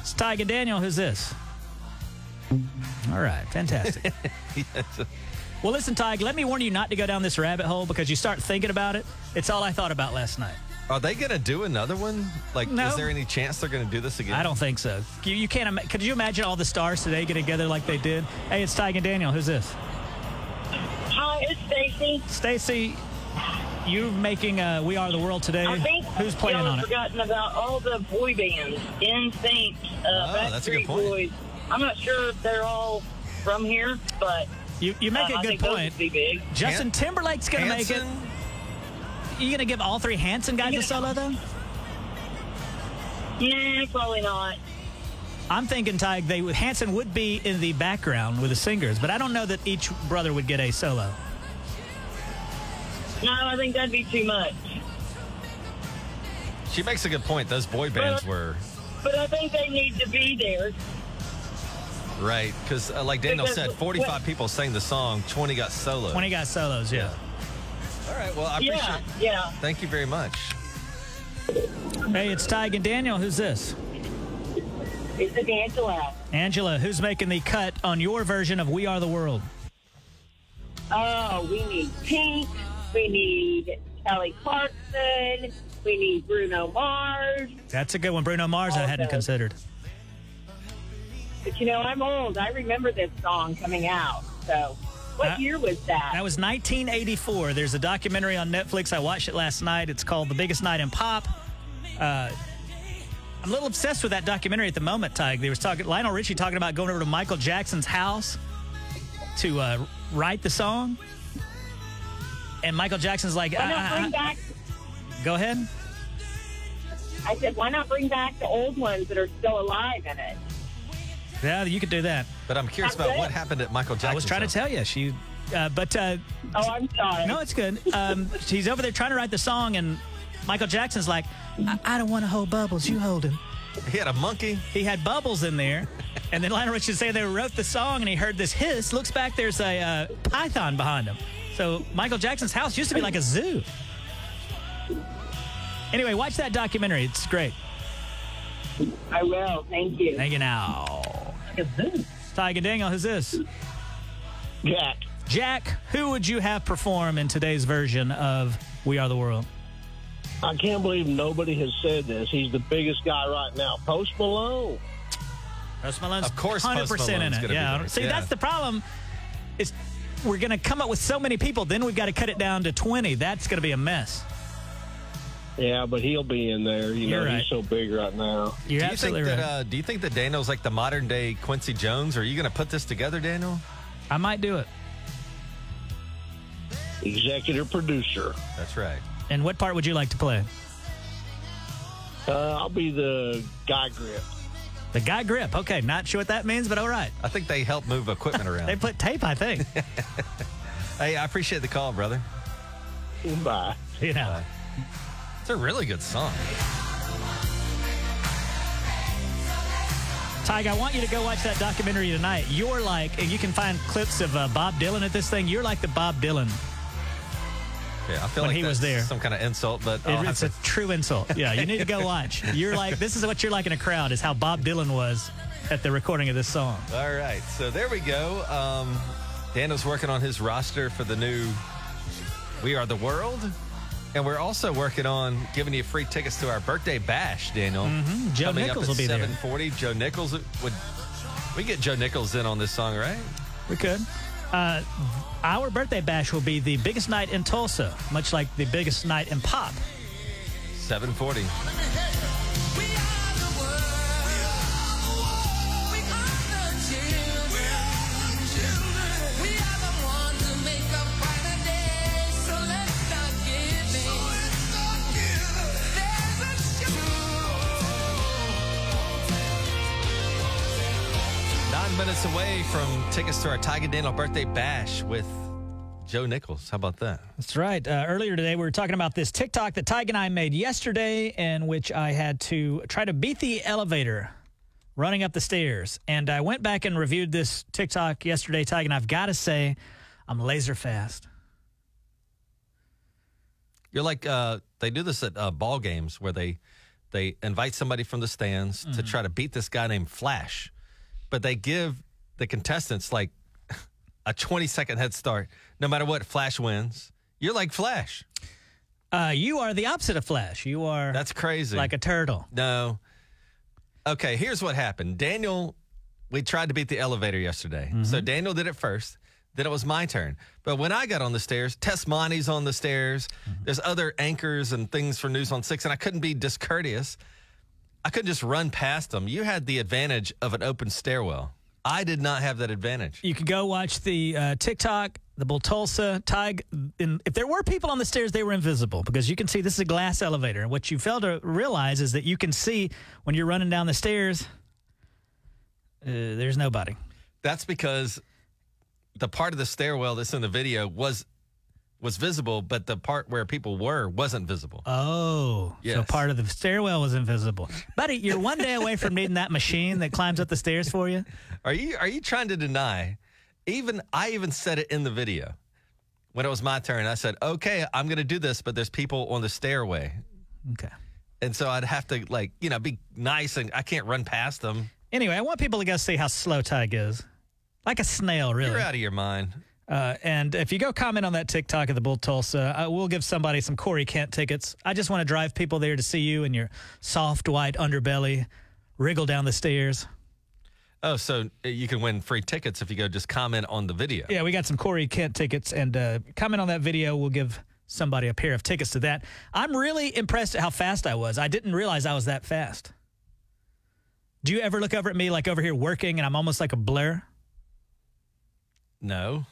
Speaker 2: It's Tyga Daniel. Who's this? All right. Fantastic. Well, listen, Tyg, let me warn you not to go down this rabbit hole because you start thinking about it. It's all I thought about last night.
Speaker 1: Are they going to do another one? Like,
Speaker 2: No.
Speaker 1: is there any chance they're going to do this again?
Speaker 2: I don't think so. You, you can't. Ima- could you imagine all the stars today get together like they did? Hey, it's Tyg and Daniel. Who's this?
Speaker 6: Hi, it's Stacy.
Speaker 2: Stacy, you're making uh, "We Are the World" today.
Speaker 9: I think
Speaker 2: Who's playing
Speaker 9: y'all
Speaker 2: on
Speaker 9: have
Speaker 2: it?
Speaker 9: forgotten about all the boy bands, NSYNC, uh,
Speaker 1: Oh, that's a good
Speaker 9: Backstreet
Speaker 1: point.
Speaker 9: Boys. I'm not sure if they're all from here, but
Speaker 2: You, you make
Speaker 9: uh,
Speaker 2: a
Speaker 9: I
Speaker 2: good
Speaker 9: think those
Speaker 2: point.
Speaker 9: would be big.
Speaker 2: Justin
Speaker 1: Han-
Speaker 2: Timberlake's gonna make it.
Speaker 1: Hanson?
Speaker 2: You gonna give all three Hanson guys a solo though?
Speaker 9: Yeah, probably not.
Speaker 2: I'm thinking Tyg, they would Hanson would be in the background with the singers, but I don't know that each brother would get a solo.
Speaker 9: No, I think that'd be too much.
Speaker 1: She makes a good point. Those boy bands were
Speaker 9: But I think they need to be there.
Speaker 1: right because, uh, like Daniel
Speaker 9: Because-
Speaker 1: said, forty-five people sang the song. Twenty got solo.
Speaker 2: Twenty guys solos, yeah.
Speaker 1: All right. Well, I appreciate.
Speaker 9: Yeah, yeah.
Speaker 1: Thank you very much.
Speaker 2: Hey, it's Tyg and Daniel. Who's this?
Speaker 9: It's a Angela.
Speaker 2: Angela, who's making the cut on your version of "We Are the World"?
Speaker 9: Oh, we need Pink. We need Kelly Clarkson. We need Bruno Mars.
Speaker 2: That's a good one, Bruno Mars. I hadn't
Speaker 9: Okay.
Speaker 2: considered.
Speaker 9: But you know, I'm old. I remember this song coming out. So, what
Speaker 2: That-
Speaker 9: year was that?
Speaker 2: That was 1984. There's a documentary on Netflix. I watched it last night. It's called The Biggest Night in Pop. Uh, I'm a little obsessed with that documentary at the moment, Tig. They was talking Lionel Richie talking about going over to Michael Jackson's house to uh, write the song, and Michael Jackson's like,
Speaker 9: Why
Speaker 2: "I-
Speaker 9: not
Speaker 2: I-
Speaker 9: bring back?
Speaker 2: I- "Go ahead."
Speaker 9: I said, why not bring back the old ones that are still alive in it?
Speaker 2: Yeah, you could do that.
Speaker 1: But I'm curious about what happened at Michael Jackson.
Speaker 2: I was trying to tell you. She, uh, but uh,
Speaker 9: Oh, I'm sorry.
Speaker 2: no, it's good. Um, she's over there trying to write the song, and Michael Jackson's like, "I, I don't want to hold bubbles. You hold him."
Speaker 1: He had a monkey.
Speaker 2: he had bubbles in there. And then Lionel Richie said they wrote the song, and he heard this hiss. Looks back, there's a uh, python behind him. So Michael Jackson's house used to be like a zoo. Anyway, watch that documentary. It's great.
Speaker 9: I will. Thank you.
Speaker 2: Thank you now. Tiger Daniel, who's this?
Speaker 10: Jack.
Speaker 2: Jack, who would you have perform in today's version of We Are the World?
Speaker 10: I can't believe nobody has said this. He's the biggest guy right now. Post Malone.
Speaker 2: Post Malone's
Speaker 10: Of course Post
Speaker 2: 100%
Speaker 10: Malone's
Speaker 2: in it.
Speaker 10: gonna be
Speaker 2: Yeah.
Speaker 10: there.
Speaker 2: See,
Speaker 10: Yeah.
Speaker 2: that's the problem. Is we're going to come up with so many people, then we've got to cut it down to 20. That's going to be a mess.
Speaker 10: Yeah, but he'll be in there. You
Speaker 2: You're
Speaker 10: know,
Speaker 2: right.
Speaker 10: he's so big right now.
Speaker 2: You're
Speaker 1: do you think that uh, do you think that Daniel's like the modern day Quincy Jones? Are you going to put this together, Daniel?
Speaker 2: I might do it.
Speaker 10: Executive producer.
Speaker 1: That's right.
Speaker 2: And what part would you like to play?
Speaker 10: Uh, I'll be the guy grip.
Speaker 2: The guy grip. Okay, not sure what that means, but all right.
Speaker 1: I think they help move equipment around.
Speaker 2: They put tape, I think.
Speaker 1: hey, I appreciate the call, brother. Uh,
Speaker 10: Bye.
Speaker 2: You know.
Speaker 1: It's a really good song.
Speaker 2: Tyg, I want you to go watch that documentary tonight. You're like, and you can find clips of uh, Bob Dylan at this thing. You're like the Bob Dylan.
Speaker 1: Yeah, I feel
Speaker 2: When
Speaker 1: like
Speaker 2: he was
Speaker 1: that's
Speaker 2: there.
Speaker 1: some kind of insult, but I'll
Speaker 2: It-
Speaker 1: have
Speaker 2: it's a
Speaker 1: to-
Speaker 2: true insult. Yeah, you need to go watch. You're like, this is what you're like in a crowd, is how Bob Dylan was at the recording of this song.
Speaker 1: All right, so there we go. Um, Daniel's working on his roster for the new We Are the World. And we're also working on giving you free tickets to our birthday bash, Daniel.
Speaker 2: Mhm, Joe
Speaker 1: Coming
Speaker 2: Nichols
Speaker 1: up
Speaker 2: will
Speaker 1: at
Speaker 2: be there.
Speaker 1: 740. Joe Nichols uh, would we get Joe Nichols in on this song, right?
Speaker 2: We could. Uh, our birthday bash will be the biggest night in Tulsa, much like the biggest night in pop.
Speaker 1: 740. Nine minutes away from tickets to our Tiger Daniel birthday bash with Joe Nichols. How about that?
Speaker 2: That's right. Uh, earlier today, we were talking about this TikTok that Tyg and I made yesterday, in which I had to try to beat the elevator running up the stairs. And I went back and reviewed this TikTok yesterday, Tyg, and I've got to say, I'm laser fast.
Speaker 1: You're like uh, they do this at uh, ball games where they they invite somebody from the stands to
Speaker 2: Mm-hmm.
Speaker 1: try to beat this guy named Flash, but they give the contestants like a 20 second head start. No matter what, Flash wins. You're like Flash.
Speaker 2: Uh, you are the opposite of Flash. You are
Speaker 1: that's crazy,
Speaker 2: like a turtle.
Speaker 1: No. Okay, here's what happened. Daniel, we tried to beat the elevator yesterday. So Daniel did it first. Then it was my turn. But when I got on the stairs, Tess Monty's on the stairs. There's other anchors and things for News on Six, and I couldn't be discourteous. I couldn't just run past them. You had the advantage of an open stairwell. I did not have that advantage.
Speaker 2: You could go watch the uh, TikTok, the Bull Tulsa, Tig. And if there were people on the stairs, they were invisible because you can see this is a glass elevator. And what you fail to realize is that you can see when you're running down the stairs, uh, there's nobody.
Speaker 1: That's because the part of the stairwell that's in the video was was visible, but the part where people were wasn't visible.
Speaker 2: Oh, so
Speaker 1: Yes.
Speaker 2: part of the stairwell was invisible. Buddy, you're one day away from needing that machine that climbs up the stairs for you.
Speaker 1: Are you are you trying to deny? Even I even said it in the video when it was my turn. I said, "Okay, I'm going to do this, but there's people on the stairway."
Speaker 2: Okay.
Speaker 1: And so I'd have to like, you know, be nice and I can't run past them.
Speaker 2: Anyway, I want people to go see how slow Tig is. Like a snail, really.
Speaker 1: You're out of your mind.
Speaker 2: Uh, and if you go comment on that TikTok of the Bull Tulsa, I will give somebody some Corey Kent tickets. I just want to drive people there to see you and your soft white underbelly wriggle down the stairs.
Speaker 1: Oh, so uh, you can win free tickets if you go just comment on the video.
Speaker 2: Yeah, we got some Corey Kent tickets, and uh, comment on that video. We'll give somebody a pair of tickets to that. I'm really impressed at how fast I was. I didn't realize I was that fast. Do you ever look over at me like over here working, and I'm almost like a blur?
Speaker 1: No.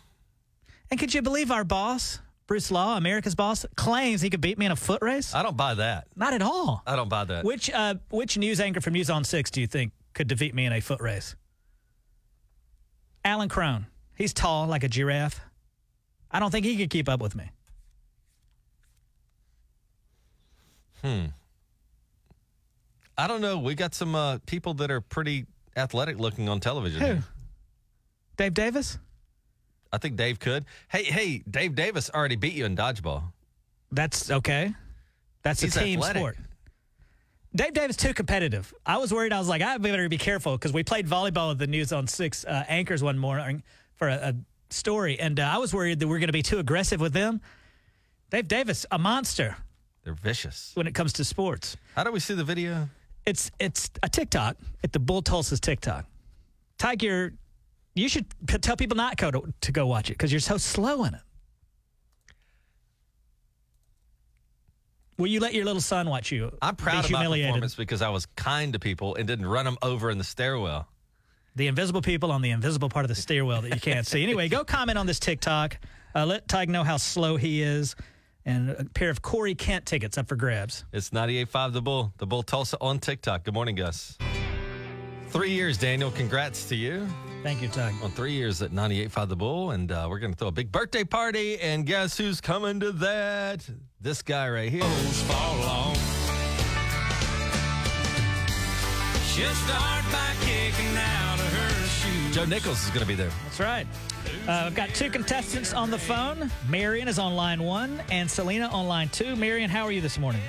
Speaker 2: And could you believe our boss, Bruce Law, America's boss, claims he could beat me in a foot race?
Speaker 1: I don't buy that.
Speaker 2: Not at all.
Speaker 1: I don't buy that.
Speaker 2: Which uh, which news anchor from News on Six do you think could defeat me in a foot race? Alan Crone. He's tall like a giraffe. I don't think he could keep up with me.
Speaker 1: Hmm. I don't know. We got some uh, people that are pretty athletic looking on television.
Speaker 2: Who?
Speaker 1: here.
Speaker 2: Dave Davis?
Speaker 1: I think Dave could. Hey, hey, Dave Davis already beat you in dodgeball.
Speaker 2: That's okay. That's
Speaker 1: He's
Speaker 2: a team
Speaker 1: athletic.
Speaker 2: sport. Dave Davis too competitive. I was worried. I was like, I better be careful because we played volleyball with the News on Six uh, anchors one morning for a, a story, and uh, I was worried that we are going to be too aggressive with them. Dave Davis, a monster
Speaker 1: They're vicious.
Speaker 2: when it comes to sports.
Speaker 1: How do we see the video?
Speaker 2: It's it's a TikTok at the Bull Tulsa's TikTok. Tiger, you should p- tell people not go to, to go watch it because you're so slow in it. Will you let your little son watch you?
Speaker 1: I'm proud
Speaker 2: be
Speaker 1: of my
Speaker 2: humiliated?
Speaker 1: performance because I was kind to people and didn't run them over in the stairwell.
Speaker 2: The invisible people on the invisible part of the stairwell that you can't see. Anyway, go comment on this TikTok. Uh, let Tig know how slow he is, and a pair of Corey Kent tickets up for grabs.
Speaker 1: It's 98.5 The Bull, The Bull Tulsa on TikTok. Good morning, Gus. Three years, Daniel. Congrats to you.
Speaker 2: Thank you, Tig.
Speaker 1: On three years at 98.5 The Bull, and uh, we're going to throw a big birthday party. And guess who's coming to that? This guy right here.
Speaker 3: fall on. She'll start by kicking out of her shoes.
Speaker 1: Joe Nichols is going to be there.
Speaker 2: That's right. Uh, I've got two contestants on the phone. Marion is on line one, and Selena on line two. Marion, how are you this morning?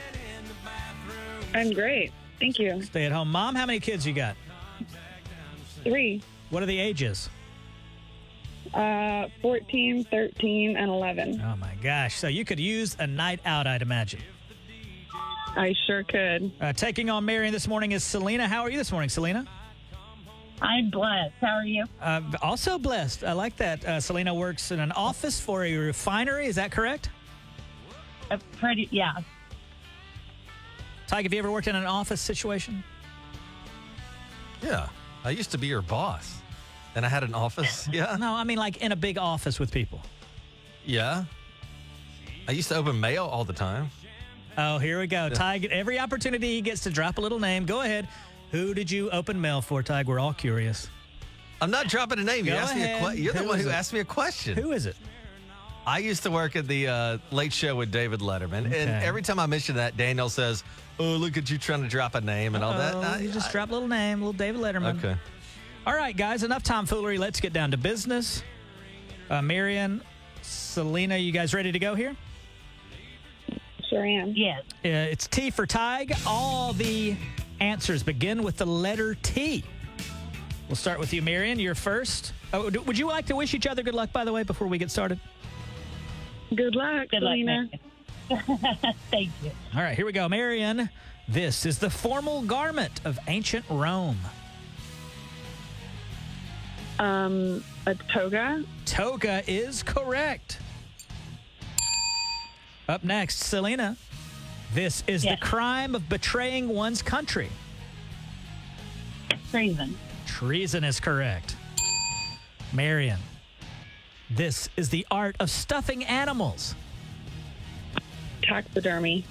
Speaker 4: I'm great. Thank you.
Speaker 2: Stay at home mom. How many kids you got?
Speaker 4: Three,
Speaker 2: What are the ages?
Speaker 4: uh, 14, 13, and 11.
Speaker 2: Oh my gosh! So you could use a night out, I'd imagine.
Speaker 4: I sure could.
Speaker 2: Uh, taking on Marion this morning is Selena. How are you this morning, Selena?
Speaker 9: I'm blessed. How are you?
Speaker 2: Uh, also blessed. I like that. Uh, Selena works in an office for a refinery. Is that correct?
Speaker 9: Uh, pretty, yeah.
Speaker 2: Tyke, have you ever worked in an office situation?
Speaker 1: Yeah. I used to be your boss, and I had an office. Yeah.
Speaker 2: No, I mean like in a big office with people.
Speaker 1: Yeah. I used to open mail all the time.
Speaker 2: Oh, here we go. Tig, every opportunity he gets to drop a little name. Go ahead. Who did you open mail for, Tig? We're all curious.
Speaker 1: I'm not dropping a name. You
Speaker 2: Go
Speaker 1: asked me a
Speaker 2: ahead.
Speaker 1: que- You're the
Speaker 2: Who
Speaker 1: one
Speaker 2: is
Speaker 1: who
Speaker 2: it?
Speaker 1: asked me a question.
Speaker 2: Who is it?
Speaker 1: I used to work at the uh, Late Show with David Letterman, and
Speaker 2: Okay.
Speaker 1: every time I mention that, Daniel says, "Oh, look at you trying to drop a name and all that."
Speaker 2: Oh,
Speaker 1: And I-
Speaker 2: you just
Speaker 1: I-
Speaker 2: drop a little name, little David Letterman.
Speaker 1: Okay.
Speaker 2: All right, guys, enough tomfoolery. Let's get down to business. Uh, Marion, Selena, you guys ready to go here?
Speaker 4: Sure am.
Speaker 9: Yes.
Speaker 2: Uh, it's T for Tig. All the answers begin with the letter T. We'll start with you, Marion. You're first. Oh, d- would you like to wish each other good luck, by the way, before we get started?
Speaker 4: Good luck,
Speaker 9: Good
Speaker 4: Selena.
Speaker 9: luck, Megan. Thank you.
Speaker 2: All right, here we go, Marion. This is the formal garment of ancient Rome.
Speaker 4: um, a toga.
Speaker 2: Toga is correct. Up next, Selena. This is
Speaker 9: Yes.
Speaker 2: the crime of betraying one's country.
Speaker 9: Treason.
Speaker 2: Treason is correct. Marion. This is the art of stuffing animals.
Speaker 4: Taxidermy.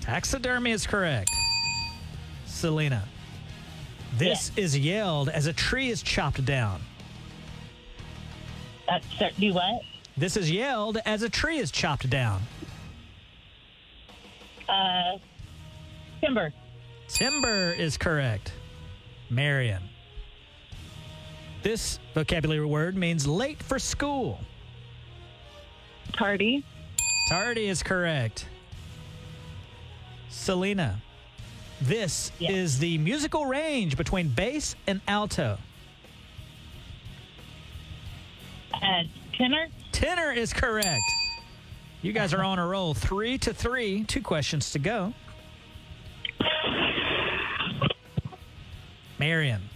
Speaker 2: Taxidermy is correct. Selena. This is yelled as a tree is chopped down.
Speaker 9: Uh, sir, do what?
Speaker 2: This is yelled as a tree is chopped down.
Speaker 9: Uh, timber.
Speaker 2: Timber is correct. Marion. This vocabulary word means late for school.
Speaker 4: Tardy.
Speaker 2: Tardy is correct. Selena. This
Speaker 9: Yeah.
Speaker 2: is the musical range between bass and alto.
Speaker 9: Uh, tenor.
Speaker 2: Tenor is correct. You guys are on a roll. Three to three. Two questions to go. Marion,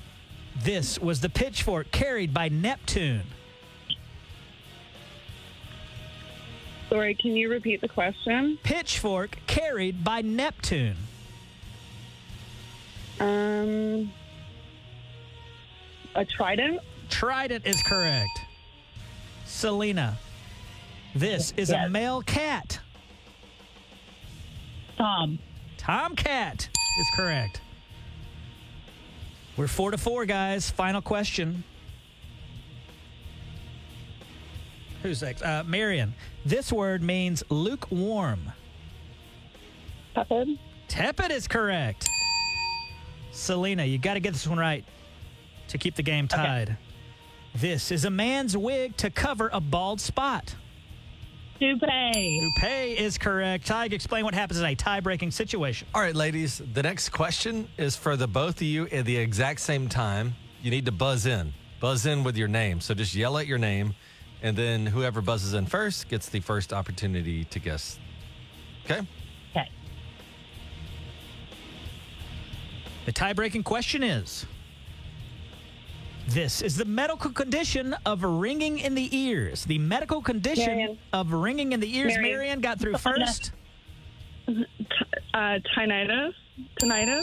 Speaker 2: This was the pitchfork carried by Neptune.
Speaker 4: Sorry, can you repeat the question?
Speaker 2: Pitchfork carried by Neptune.
Speaker 4: Um, a trident?
Speaker 2: Trident is correct. Selena, this is a male cat. Tom. Tomcat is correct. We're four to four, guys. Final question. Who's next? Uh, Marion. This word means lukewarm.
Speaker 4: Tepid.
Speaker 2: Tepid is correct. Selena, you got to get this one right to keep the game tied. This is a man's wig to cover a bald spot. Toupee. Toupee is correct. Tig, explain what happens in a tie-breaking situation.
Speaker 1: All right, ladies, the next question is for the both of you at the exact same time. You need to buzz in. Buzz in with your name. So just yell out your name, and then whoever buzzes in first gets the first opportunity to guess. Okay?
Speaker 2: The tie breaking question is This is the medical condition of ringing in the ears. The medical condition of ringing in the ears. Marion,
Speaker 4: Marion.
Speaker 2: got through first.
Speaker 4: Uh, tinnitus? Tinnitus?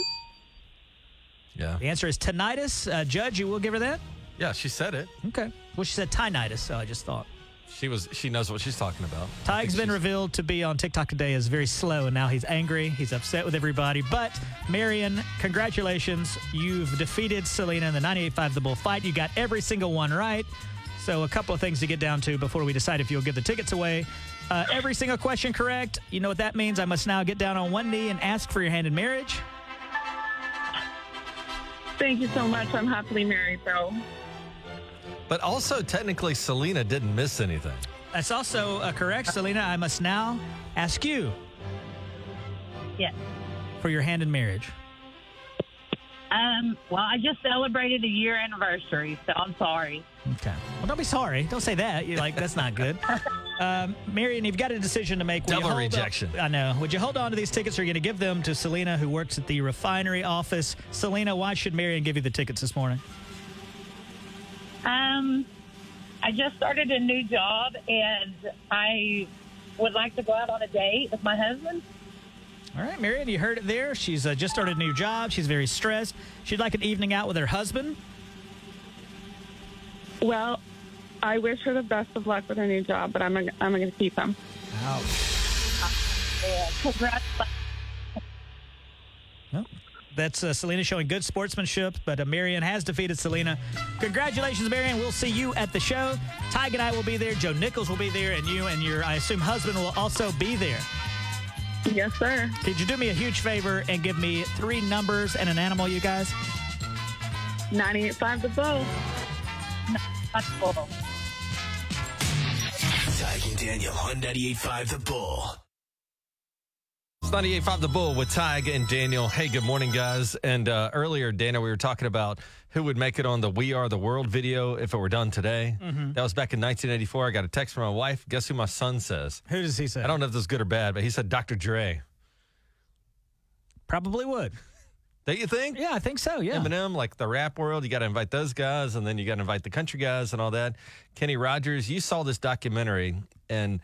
Speaker 1: Yeah.
Speaker 2: The answer is tinnitus. Uh, Judge, you will give her that?
Speaker 1: Yeah, she said it.
Speaker 2: Okay. Well, she said tinnitus, so I just thought.
Speaker 1: She was. She knows what she's talking about.
Speaker 2: Tig's been revealed to be on TikTok today as very slow, and now he's angry. He's upset with everybody. But, Marion, congratulations. You've defeated Selena in the 98.5 The Bull fight. You got every single one right. So, a couple of things to get down to before we decide if you'll give the tickets away. Uh, every single question correct. You know what that means. I must now get down on one knee and ask for your hand in marriage.
Speaker 4: Thank you so much. I'm happily married, bro.
Speaker 1: But also, technically, Selena didn't miss anything.
Speaker 2: That's also uh, correct, Selena. I must now ask you
Speaker 9: Yes.
Speaker 2: for your hand in marriage.
Speaker 9: Um, well, I just celebrated a year anniversary, so I'm sorry.
Speaker 2: Okay. Well, don't be sorry. Don't say that. You're like, that's not good. Um, Marion, you've got a decision to make. Will you
Speaker 1: Double
Speaker 2: hold on-
Speaker 1: rejection.
Speaker 2: I know. Would you hold on to these tickets or are you going to give them to Selena, who works at the refinery office? Selena, why should Marion give you the tickets this morning?
Speaker 9: Um, I just started a new job, and I would like to go out on a date with my husband.
Speaker 2: All right, Marion, you heard it there. She's uh, just started a new job. She's very stressed. She'd like an evening out with her husband.
Speaker 4: Well, I wish her the best of luck with her new job, but I'm I'm going to keep him.
Speaker 9: Yeah, congratulations.
Speaker 2: That's uh, Selena showing good sportsmanship, but uh, Marion has defeated Selena. Congratulations, Marion. We'll see you at the show. Tig and I will be there. Joe Nichols will be there, and you and your, I assume, husband will also be there.
Speaker 4: Yes, sir.
Speaker 2: Could you do me a huge favor and give me three numbers and an animal, you guys?
Speaker 4: 98.5 The Bull.
Speaker 3: Tyke and Daniel on 98.5 The Bull.
Speaker 1: It's 98.5 The Bull with Tig and Daniel. Hey, good morning, guys. And uh, earlier, Dana, we were talking about who would make it on the We Are the World video if it were done today.
Speaker 2: Mhm.
Speaker 1: That was back in 1984. I got a text from my wife. Guess who my son says?
Speaker 2: Who does he say?
Speaker 1: I don't know if this is good or bad, but he said Dr. Dre.
Speaker 2: Probably would.
Speaker 1: Don't you think?
Speaker 2: Yeah, I think so. Yeah.
Speaker 1: Eminem, like the rap world, you got to invite those guys, and then you got to invite the country guys and all that. Kenny Rogers, you saw this documentary and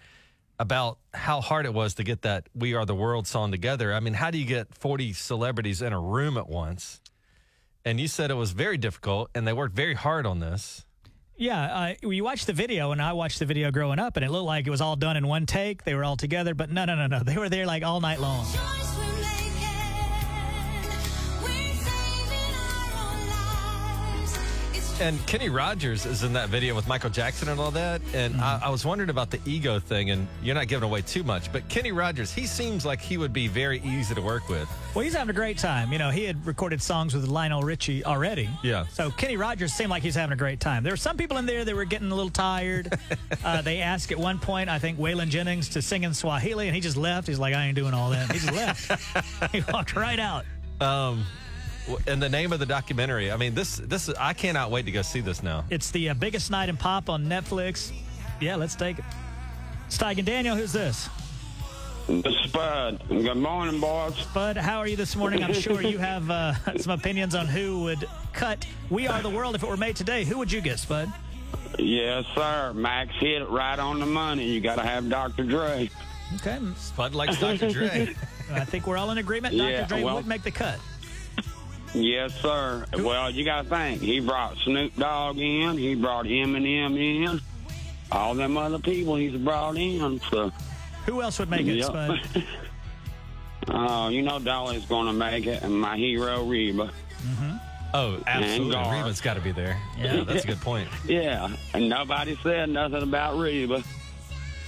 Speaker 1: about how hard it was to get that "We Are the World" song together. I mean, how do you get forty celebrities in a room at once? And you said it was very difficult, and they worked very hard on this.
Speaker 2: Yeah, uh, you watched the video, and I watched the video growing up, and it looked like it was all done in one take. They were all together, but no, no, no, no. They were there like all night long.
Speaker 1: And Kenny Rogers is in that video with Michael Jackson and all that. And I, I was wondering about the ego thing, and you're not giving away too much, but Kenny Rogers, he seems like he would be very easy to work with.
Speaker 2: Well, he's having a great time. You know, he had recorded songs with Lionel Richie already.
Speaker 1: Yeah.
Speaker 2: So Kenny Rogers seemed like he's having a great time. There were some people in there that were getting a little tired. uh, they asked at one point, I think Waylon Jennings to sing in Swahili, and he just left. He's like, I ain't doing all that. He just left. he walked right out.
Speaker 1: Um, w- and the name of the documentary. I mean, this this I cannot wait to go see this now.
Speaker 2: It's the uh, biggest night in pop on Netflix. Yeah, let's take it. Steig and Daniel, who's this?
Speaker 11: This is Bud. Good morning, boys.
Speaker 2: Bud, how are you this morning? I'm sure you have uh, some opinions on who would cut We Are the World if it were made today. Who would you get, Spud?
Speaker 11: Yes, sir. Max hit it right on the money. You got to have Dr. Dre.
Speaker 2: Okay.
Speaker 1: Spud
Speaker 11: likes Dr. Dre.
Speaker 2: I think we're all in agreement.
Speaker 11: Yeah,
Speaker 2: Dr. Dre
Speaker 11: well-
Speaker 2: would make the cut.
Speaker 11: Yes, sir. Well, you got to think. He brought Snoop Dogg in. He brought Eminem in. All them other people he's brought in. So,
Speaker 2: Who else would make it,
Speaker 11: Yep.
Speaker 2: Spud?
Speaker 11: uh, you know, Dolly's going to make it, and my hero Reba.
Speaker 1: Oh, absolutely.
Speaker 11: Gar.
Speaker 1: Reba's got to be there. Yeah, that's a good point.
Speaker 11: Yeah, and nobody said nothing about Reba.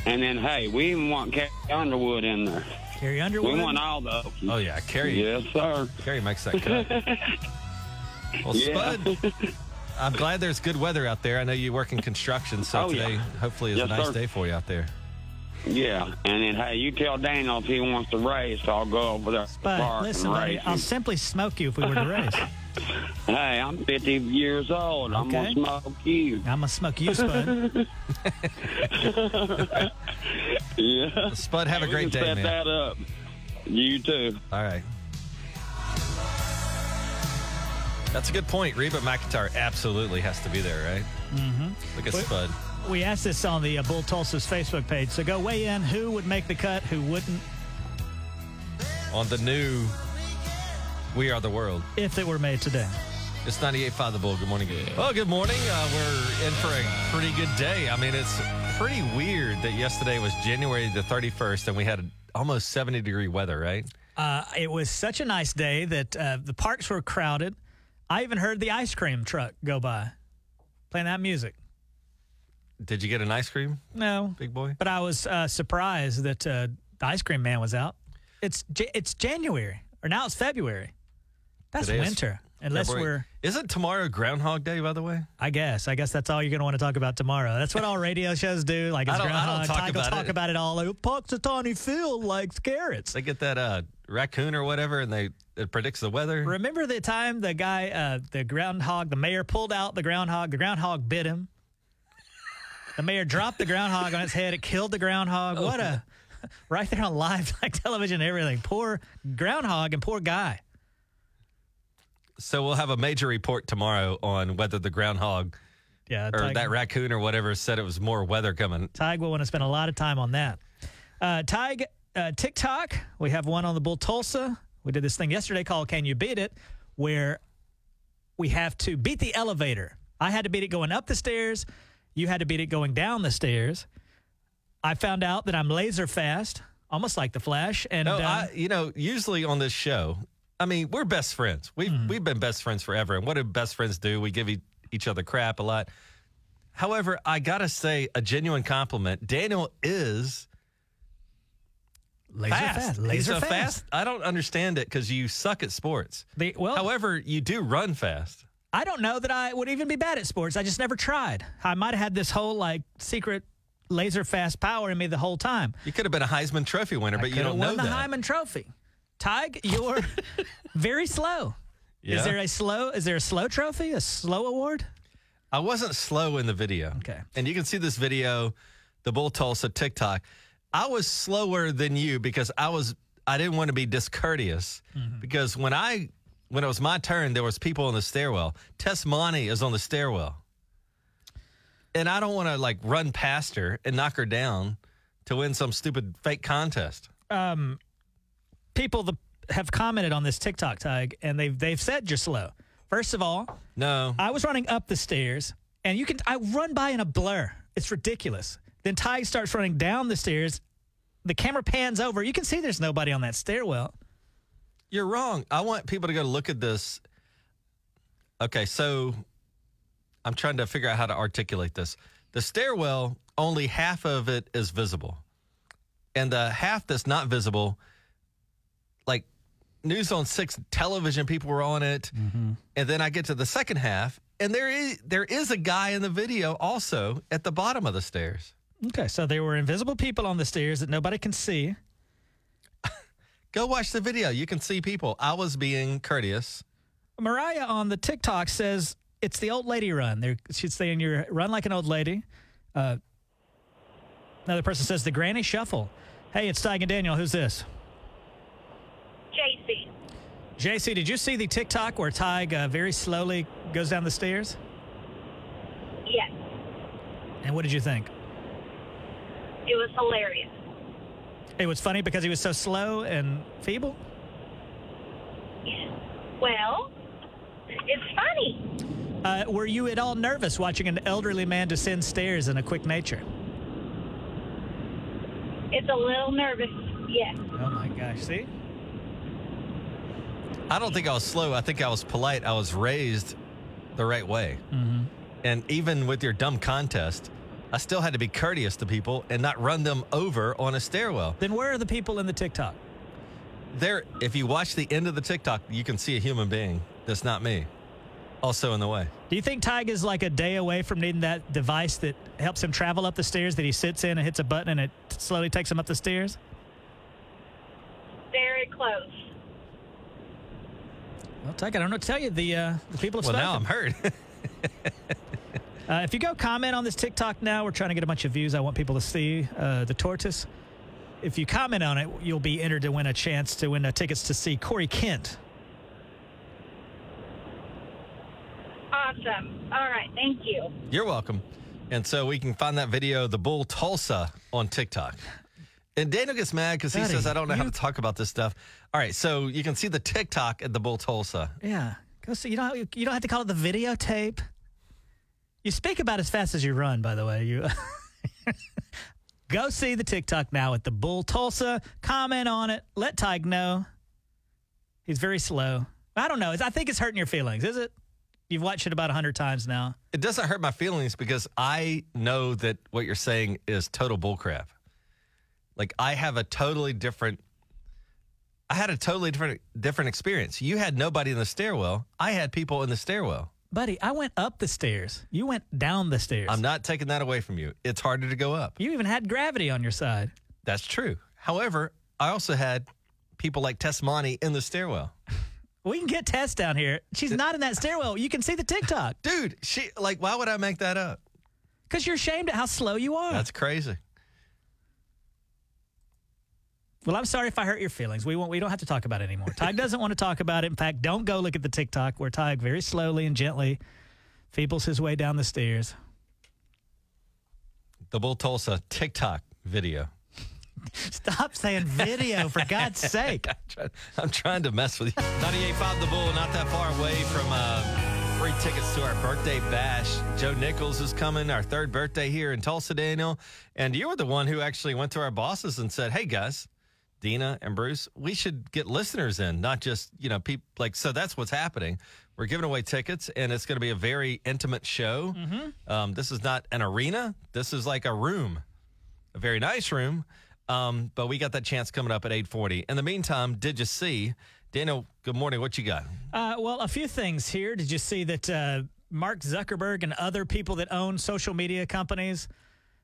Speaker 11: And then, hey, we even want Carrie Underwood in there.
Speaker 2: Carrie Underwood.
Speaker 11: We want all the.
Speaker 1: Oh yeah, Carrie.
Speaker 11: Yes, sir.
Speaker 1: Carrie makes that cut. Well,
Speaker 11: Yeah.
Speaker 1: Spud, I'm glad there's good weather out there. I know you work in construction, so
Speaker 11: Oh, yeah.
Speaker 1: today hopefully is a
Speaker 11: Yes,
Speaker 1: nice
Speaker 11: sir.
Speaker 1: day for you out there.
Speaker 11: Yeah, and then hey, you tell Daniel if he wants to race, I'll go over there to the
Speaker 2: But
Speaker 11: park
Speaker 2: listen,
Speaker 11: and
Speaker 2: buddy,
Speaker 11: race.
Speaker 2: I'll simply smoke you if we were to race.
Speaker 11: Hey, I'm 50 years old. I'm
Speaker 2: Okay.
Speaker 11: gonna smoke you.
Speaker 2: I'm gonna smoke you, Spud.
Speaker 11: yeah.
Speaker 1: Spud, have a
Speaker 11: We
Speaker 1: great
Speaker 11: can
Speaker 1: day,
Speaker 11: set
Speaker 1: man.
Speaker 11: that up. You too.
Speaker 1: All right. That's a good point. Reba McIntyre absolutely has to be there, right?
Speaker 2: hmm
Speaker 1: Look at
Speaker 2: Wait.
Speaker 1: Spud.
Speaker 2: We asked this on the uh, Bull Tulsa's Facebook page, so go weigh in. Who would make the cut? Who wouldn't?
Speaker 1: on the new We Are the World.
Speaker 2: If it were made today.
Speaker 1: It's 98.5 The Bull. Good morning. Well, good morning. Uh, we're in for a pretty good day. I mean, it's pretty weird that yesterday was January the 31st and we had almost 70 degree weather, right?
Speaker 2: Uh, it was such a nice day that uh, the parks were crowded. I even heard the ice cream truck go by, playing that music.
Speaker 1: Did you get an ice cream?
Speaker 2: No,
Speaker 1: big boy.
Speaker 2: But I was uh, surprised that uh, the ice cream man was out. It's J- it's January, or now it's February. That's
Speaker 1: Today is
Speaker 2: winter, unless
Speaker 1: February.
Speaker 2: we're.
Speaker 1: Isn't tomorrow Groundhog Day, by the way?
Speaker 2: I guess. I guess that's all you're going to want to talk about tomorrow. That's what all radio shows do. Like,
Speaker 1: I
Speaker 2: it's
Speaker 1: don't- I don't
Speaker 2: Groundhog
Speaker 1: talk
Speaker 2: Taco,
Speaker 1: about
Speaker 2: talk
Speaker 1: it.
Speaker 2: about it all. Like, Puck's a tawny field likes carrots.
Speaker 1: They get that uh, raccoon or whatever and they it predicts the weather.
Speaker 2: Remember the time the guy, uh, the groundhog, the mayor pulled out the groundhog. The groundhog bit him. The mayor dropped the groundhog on its head. It killed the groundhog. What a right there on live like television, and everything. Poor groundhog and poor guy.
Speaker 1: So we'll have a major report tomorrow on whether the groundhog
Speaker 2: Yeah,
Speaker 1: or
Speaker 2: Tiger-
Speaker 1: that raccoon or whatever said it was more weather coming.
Speaker 2: Tig will want to spend a lot of time on that. Uh, Tig, uh, TikTok, we have one on the Bull Tulsa. We did this thing yesterday called Can You Beat It, where we have to beat the elevator. I had to beat it going up the stairs. You had to beat it going down the stairs. I found out that I'm laser fast, almost like the Flash. And
Speaker 1: No,
Speaker 2: uh,
Speaker 1: I, you know, usually on this show, I mean, we're best friends. We've
Speaker 2: Mm-hmm.
Speaker 1: we've been best friends forever. And what do best friends do? We give e- each other crap a lot. However, I gotta say a genuine compliment. Daniel is
Speaker 2: laser fast.
Speaker 1: He's
Speaker 2: Laser
Speaker 1: so
Speaker 2: fast.
Speaker 1: I don't understand it because you suck at sports.
Speaker 2: They, well,
Speaker 1: however, you do run fast.
Speaker 2: I don't know that I would even be bad at sports. I just never tried. I might have had this whole like secret laser fast power in me the whole time.
Speaker 1: You could have been a Heisman Trophy winner, but you
Speaker 2: Coulda
Speaker 1: don't know
Speaker 2: won the
Speaker 1: that.
Speaker 2: Hyman Trophy. Tig, you're very slow.
Speaker 1: Yeah.
Speaker 2: Is there a slow? Is there a slow trophy? A slow award?
Speaker 1: I wasn't slow in the video. Okay. And you can see this video, the Bull Tulsa TikTok. I was slower than you because I was I didn't want to be discourteous because when I when it was my turn, there was people on the stairwell. Tess Monty is on the stairwell. And I don't want to like run past her and knock her down to win some stupid fake contest.
Speaker 2: Um, people the, have commented on this TikTok tag, and they've they've said you're slow. First of all,
Speaker 1: no,
Speaker 2: I was running up the stairs, and you can I run by in a blur. It's ridiculous. Then Tig starts running down the stairs. The camera pans over. You can see there's nobody on that stairwell.
Speaker 1: You're wrong. I want people to go look at this. Okay, so I'm trying to figure out how to articulate this. The stairwell, only half of it is visible. And the half that's not visible, like news on six television, people were on it. And then I get to the second half, and there is there is a guy in the video also at the bottom of the stairs.
Speaker 2: Okay, so there were invisible people on the stairs that nobody can see.
Speaker 1: Go watch the video. You can see people. I was being courteous.
Speaker 2: Mariah on the TikTok says it's the old lady run. They're, she's saying you're run like an old lady. Uh, another person says the granny shuffle. Hey, it's Steig and Daniel. Who's this?
Speaker 6: JC.
Speaker 2: JC, did you see the TikTok where Tyg uh, very slowly goes down the stairs?
Speaker 6: Yes.
Speaker 2: And what did you think?
Speaker 6: It was hilarious.
Speaker 2: It was funny because he was so slow and feeble.
Speaker 6: Well, it's funny.
Speaker 2: Uh, were you at all nervous watching an elderly man descend stairs in a quick nature?
Speaker 6: It's a little nervous. Yes.
Speaker 2: Oh my gosh! See,
Speaker 1: I don't think I was slow. I think I was polite. I was raised the right way.
Speaker 2: Mm-hmm.
Speaker 1: And even with your dumb contest, I still had to be courteous to people and not run them over on a stairwell.
Speaker 2: Then where are the people in the TikTok?
Speaker 1: There, if you watch the end of the TikTok, you can see a human being that's not me, also in the way.
Speaker 2: Do you think Tyg is like a day away from needing that device that helps him travel up the stairs that he sits in and hits a button and it slowly takes him up the stairs?
Speaker 6: Very close.
Speaker 2: Well, Tyg, I don't know what to tell you. The uh, the people have
Speaker 1: Well, now
Speaker 2: spoken.
Speaker 1: I'm hurt.
Speaker 2: Uh, if you go comment on this TikTok now, we're trying to get a bunch of views. I want people to see uh, the tortoise. If you comment on it, you'll be entered to win a chance to win uh, tickets to see Corey Kent.
Speaker 6: Awesome. All right. Thank you.
Speaker 1: You're welcome. And so we can find that video, The Bull Tulsa, on TikTok. And Daniel gets mad because he
Speaker 2: Buddy,
Speaker 1: says, I don't know how
Speaker 2: you-
Speaker 1: to talk about this stuff. All right. So you can see the TikTok at The Bull Tulsa.
Speaker 2: Yeah, go see. You don't you don't have to call it the videotape. You speak about as fast as you run. By the way, you go see the TikTok now at the Bull Tulsa. Comment on it. Let Tig know. He's very slow. I don't know. I think it's hurting your feelings. Is it? You've watched it about hundred times now.
Speaker 1: It doesn't hurt my feelings because I know that what you're saying is total bullcrap. Like I have a totally different I had a totally different different experience. You had nobody in the stairwell. I had people in the stairwell.
Speaker 2: Buddy, I went up the stairs. You went down the stairs.
Speaker 1: I'm not taking that away from you. It's harder to go up.
Speaker 2: You even had gravity on your side.
Speaker 1: That's true. However, I also had people like Tess Monty in the stairwell.
Speaker 2: We can get Tess down here. She's not in that stairwell. You can see the TikTok.
Speaker 1: Dude, she like why would I make that up?
Speaker 2: Because you're ashamed at how slow you are.
Speaker 1: That's crazy.
Speaker 2: Well, I'm sorry if I hurt your feelings. We won't. We don't have to talk about it anymore. Tig doesn't want to talk about it. In fact, don't go look at the TikTok where Tig very slowly and gently feebles his way down the stairs.
Speaker 1: The Bull Tulsa TikTok video.
Speaker 2: Stop saying video, for God's sake.
Speaker 1: I'm trying to mess with you. 98.5 The Bull, not that far away from uh, free tickets to our birthday bash. Joe Nichols is coming, our third birthday here in Tulsa, Daniel. And you were the one who actually went to our bosses and said, hey, guys, Dina and Bruce, we should get listeners in, not just, you know, people. Like, so that's what's happening. We're giving away tickets, and it's going to be a very intimate show. Um, this is not an arena. This is like a room a very nice room. Um, but we got that chance coming up at 8:40. In the meantime, did you see Daniel? Good morning. What you got?
Speaker 2: Uh, well, a few things here. Did you see that uh, Mark Zuckerberg and other people that own social media companies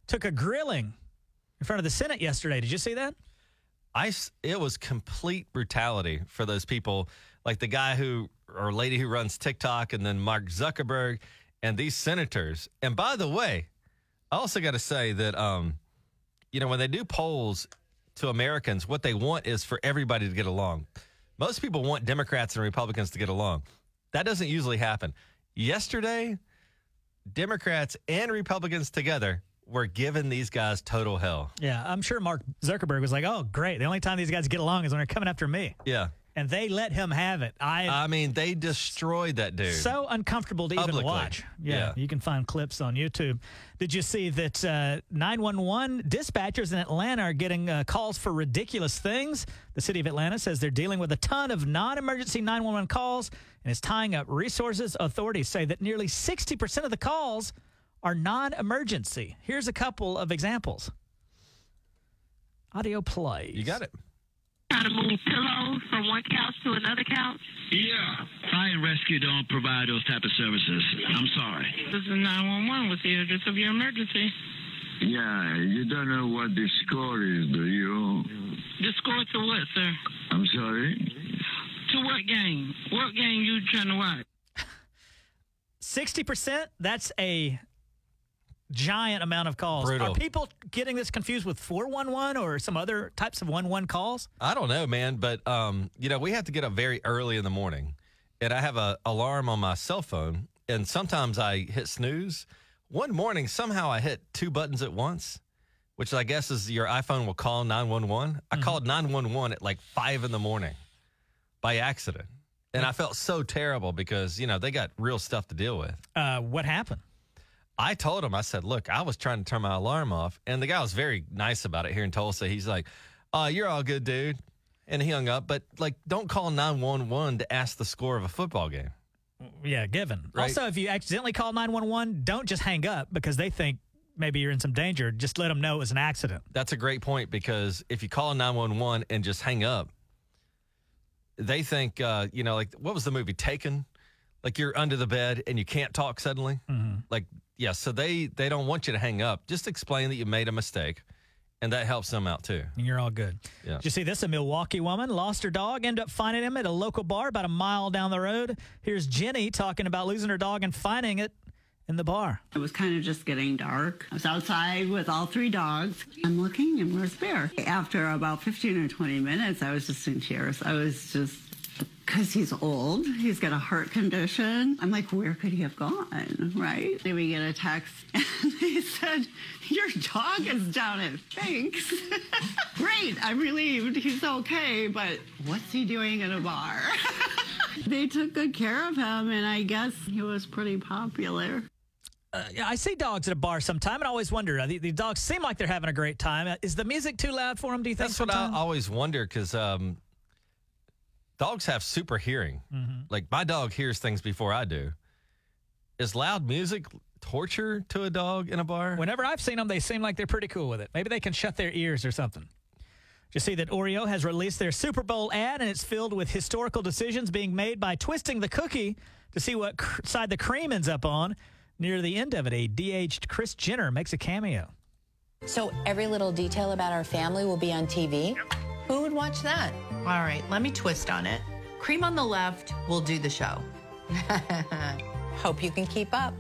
Speaker 2: took a grilling in front of the Senate yesterday? Did you see that?
Speaker 1: I s- it was complete brutality for those people, like the guy who or lady who runs TikTok, and then Mark Zuckerberg, and these senators. And by the way, I also got to say that um, you know when they do polls to Americans, what they want is for everybody to get along. Most people want Democrats and Republicans to get along. That doesn't usually happen. Yesterday, Democrats and Republicans together were giving these guys total hell.
Speaker 2: Yeah, I'm sure Mark Zuckerberg was like, "Oh, great! The only time these guys get along is when they're coming after me,"
Speaker 1: Yeah.
Speaker 2: and they let him have it. I
Speaker 1: I mean, they destroyed that dude.
Speaker 2: so uncomfortable to
Speaker 1: Publicly.
Speaker 2: even watch.
Speaker 1: Yeah.
Speaker 2: Yeah, you can find clips on YouTube. Did you see that uh, 911 dispatchers in Atlanta are getting uh, calls for ridiculous things? The city of Atlanta says they're dealing with a ton of non emergency 911 calls and is tying up resources. Authorities say that nearly 60% of the calls are non emergency. Here's a couple of examples audio play.
Speaker 1: you got it.
Speaker 12: Try to move pillows from one couch to another couch.
Speaker 13: Yeah. Fire and rescue don't provide those type of services. I'm sorry.
Speaker 12: This is 911 with the address of your emergency.
Speaker 14: Yeah, you don't know what the score is, do you?
Speaker 12: The score to what, sir?
Speaker 14: I'm sorry.
Speaker 12: To what game? What game you trying to watch?
Speaker 2: 60%, that's a giant amount of calls.
Speaker 1: Brutal.
Speaker 2: Are people getting this confused with 411 or some other types of 1-1 calls?
Speaker 1: I don't know, man, but um, you know, we have to get up very early in the morning, and I have a alarm on my cell phone, and sometimes I hit snooze. One morning, somehow I hit two buttons at once, which I guess is your iPhone will call nine one one. I called nine one one at like five in the morning by accident, and I felt so terrible because you know they got real stuff to deal with.
Speaker 2: Uh, what happened?
Speaker 1: I told him, I said, look, I was trying to turn my alarm off. And the guy was very nice about it here in Tulsa. He's like, oh, you're all good, dude. And he hung up. But like, don't call 911 to ask the score of a football game.
Speaker 2: Yeah, given.
Speaker 1: Right.
Speaker 2: Also, if you accidentally call 911, don't just hang up because they think maybe you're in some danger. Just let them know it was an accident.
Speaker 1: That's a great point because if you call 911 and just hang up, they think, uh, you know, like, what was the movie, Taken? Like you're under the bed and you can't talk suddenly. Like, yeah, so they they don't want you to hang up. Just explain that you made a mistake, and that helps them out too.
Speaker 2: And you're all good.
Speaker 1: Yeah.
Speaker 2: Did you see this? A Milwaukee woman lost her dog, ended up finding him at a local bar about a mile down the road. Here's Jenny talking about losing her dog and finding it in the bar.
Speaker 15: It was kind of just getting dark. I was outside with all three dogs. I'm looking, and where's Bear? After about 15 or 20 minutes, I was just in tears. I was just, because he's old, he's got a heart condition. I'm like, where could he have gone, right? Then we get a text, and they said, Your dog is down at Fink's. Great, I'm relieved he's okay, but what's he doing at a bar? they took good care of him, and I guess he was pretty popular.
Speaker 2: Uh, yeah, I see dogs at a bar sometime, and I always wonder. uh, The, the dogs seem like they're having a great time. Uh, Is the music too loud for them? Do you think?
Speaker 1: That's what I always wonder because um, dogs have super hearing.
Speaker 2: Mm-hmm.
Speaker 1: Like my dog hears things before I do. Is loud music torture to a dog in a bar?
Speaker 2: Whenever I've seen them, they seem like they're pretty cool with it. Maybe they can shut their ears or something. Did You see that Oreo has released their Super Bowl ad, and it's filled with historical decisions being made by twisting the cookie to see what cr- side the cream ends up on. Near the end of it, a de-aged Chris Jenner makes a cameo.
Speaker 16: So every little detail about our family will be on TV? Who would watch that? All right, let me twist on it. Cream on the left will do the show. Hope you can keep up.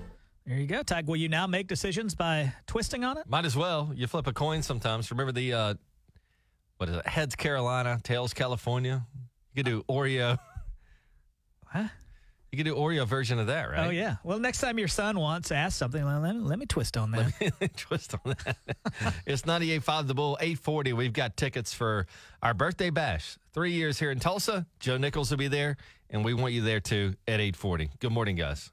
Speaker 2: There you go, Tag. Will you now make decisions by twisting on it?
Speaker 1: Might as well. You flip a coin sometimes. Remember the uh, what is it? Heads Carolina, tails California. You could do Oreo.
Speaker 2: Huh?
Speaker 1: You could do Oreo version of that, right?
Speaker 2: Oh yeah. Well, next time your son wants to ask something, let let me, let me twist on that.
Speaker 1: twist on that. it's 98.5 The Bull, 840. We've got tickets for our birthday bash. Three years here in Tulsa. Joe Nichols will be there, and we want you there too at 840. Good morning, guys.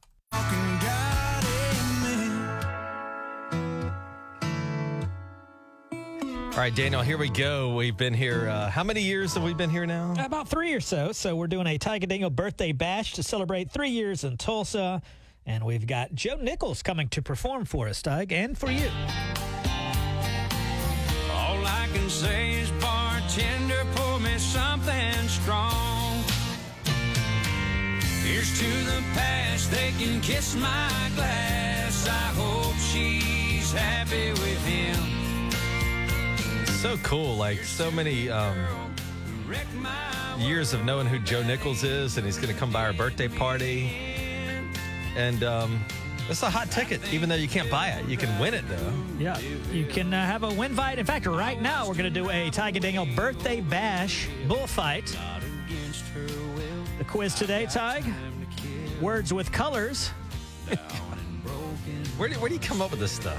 Speaker 1: All right, Daniel, here we go. We've been here, uh, how many years have we been here now?
Speaker 2: About three or so. So we're doing a Tiger Dingle birthday bash to celebrate three years in Tulsa. And we've got Joe Nichols coming to perform for us, Doug, and for you.
Speaker 3: All I can say is, bartender, pour me something strong. Here's to the past, they can kiss my glass. I hope she's happy with him.
Speaker 1: So cool. Like, so many um, years of knowing who Joe Nichols is, and he's going to come by our birthday party. And um, it's a hot ticket, even though you can't buy it. You can win it, though.
Speaker 2: Yeah, you can uh, have a win fight. In fact, right now we're going to do a Tiger Dingle birthday bash bullfight. The quiz today, Tig. Words with colors.
Speaker 1: where, do, where do you come up with this stuff?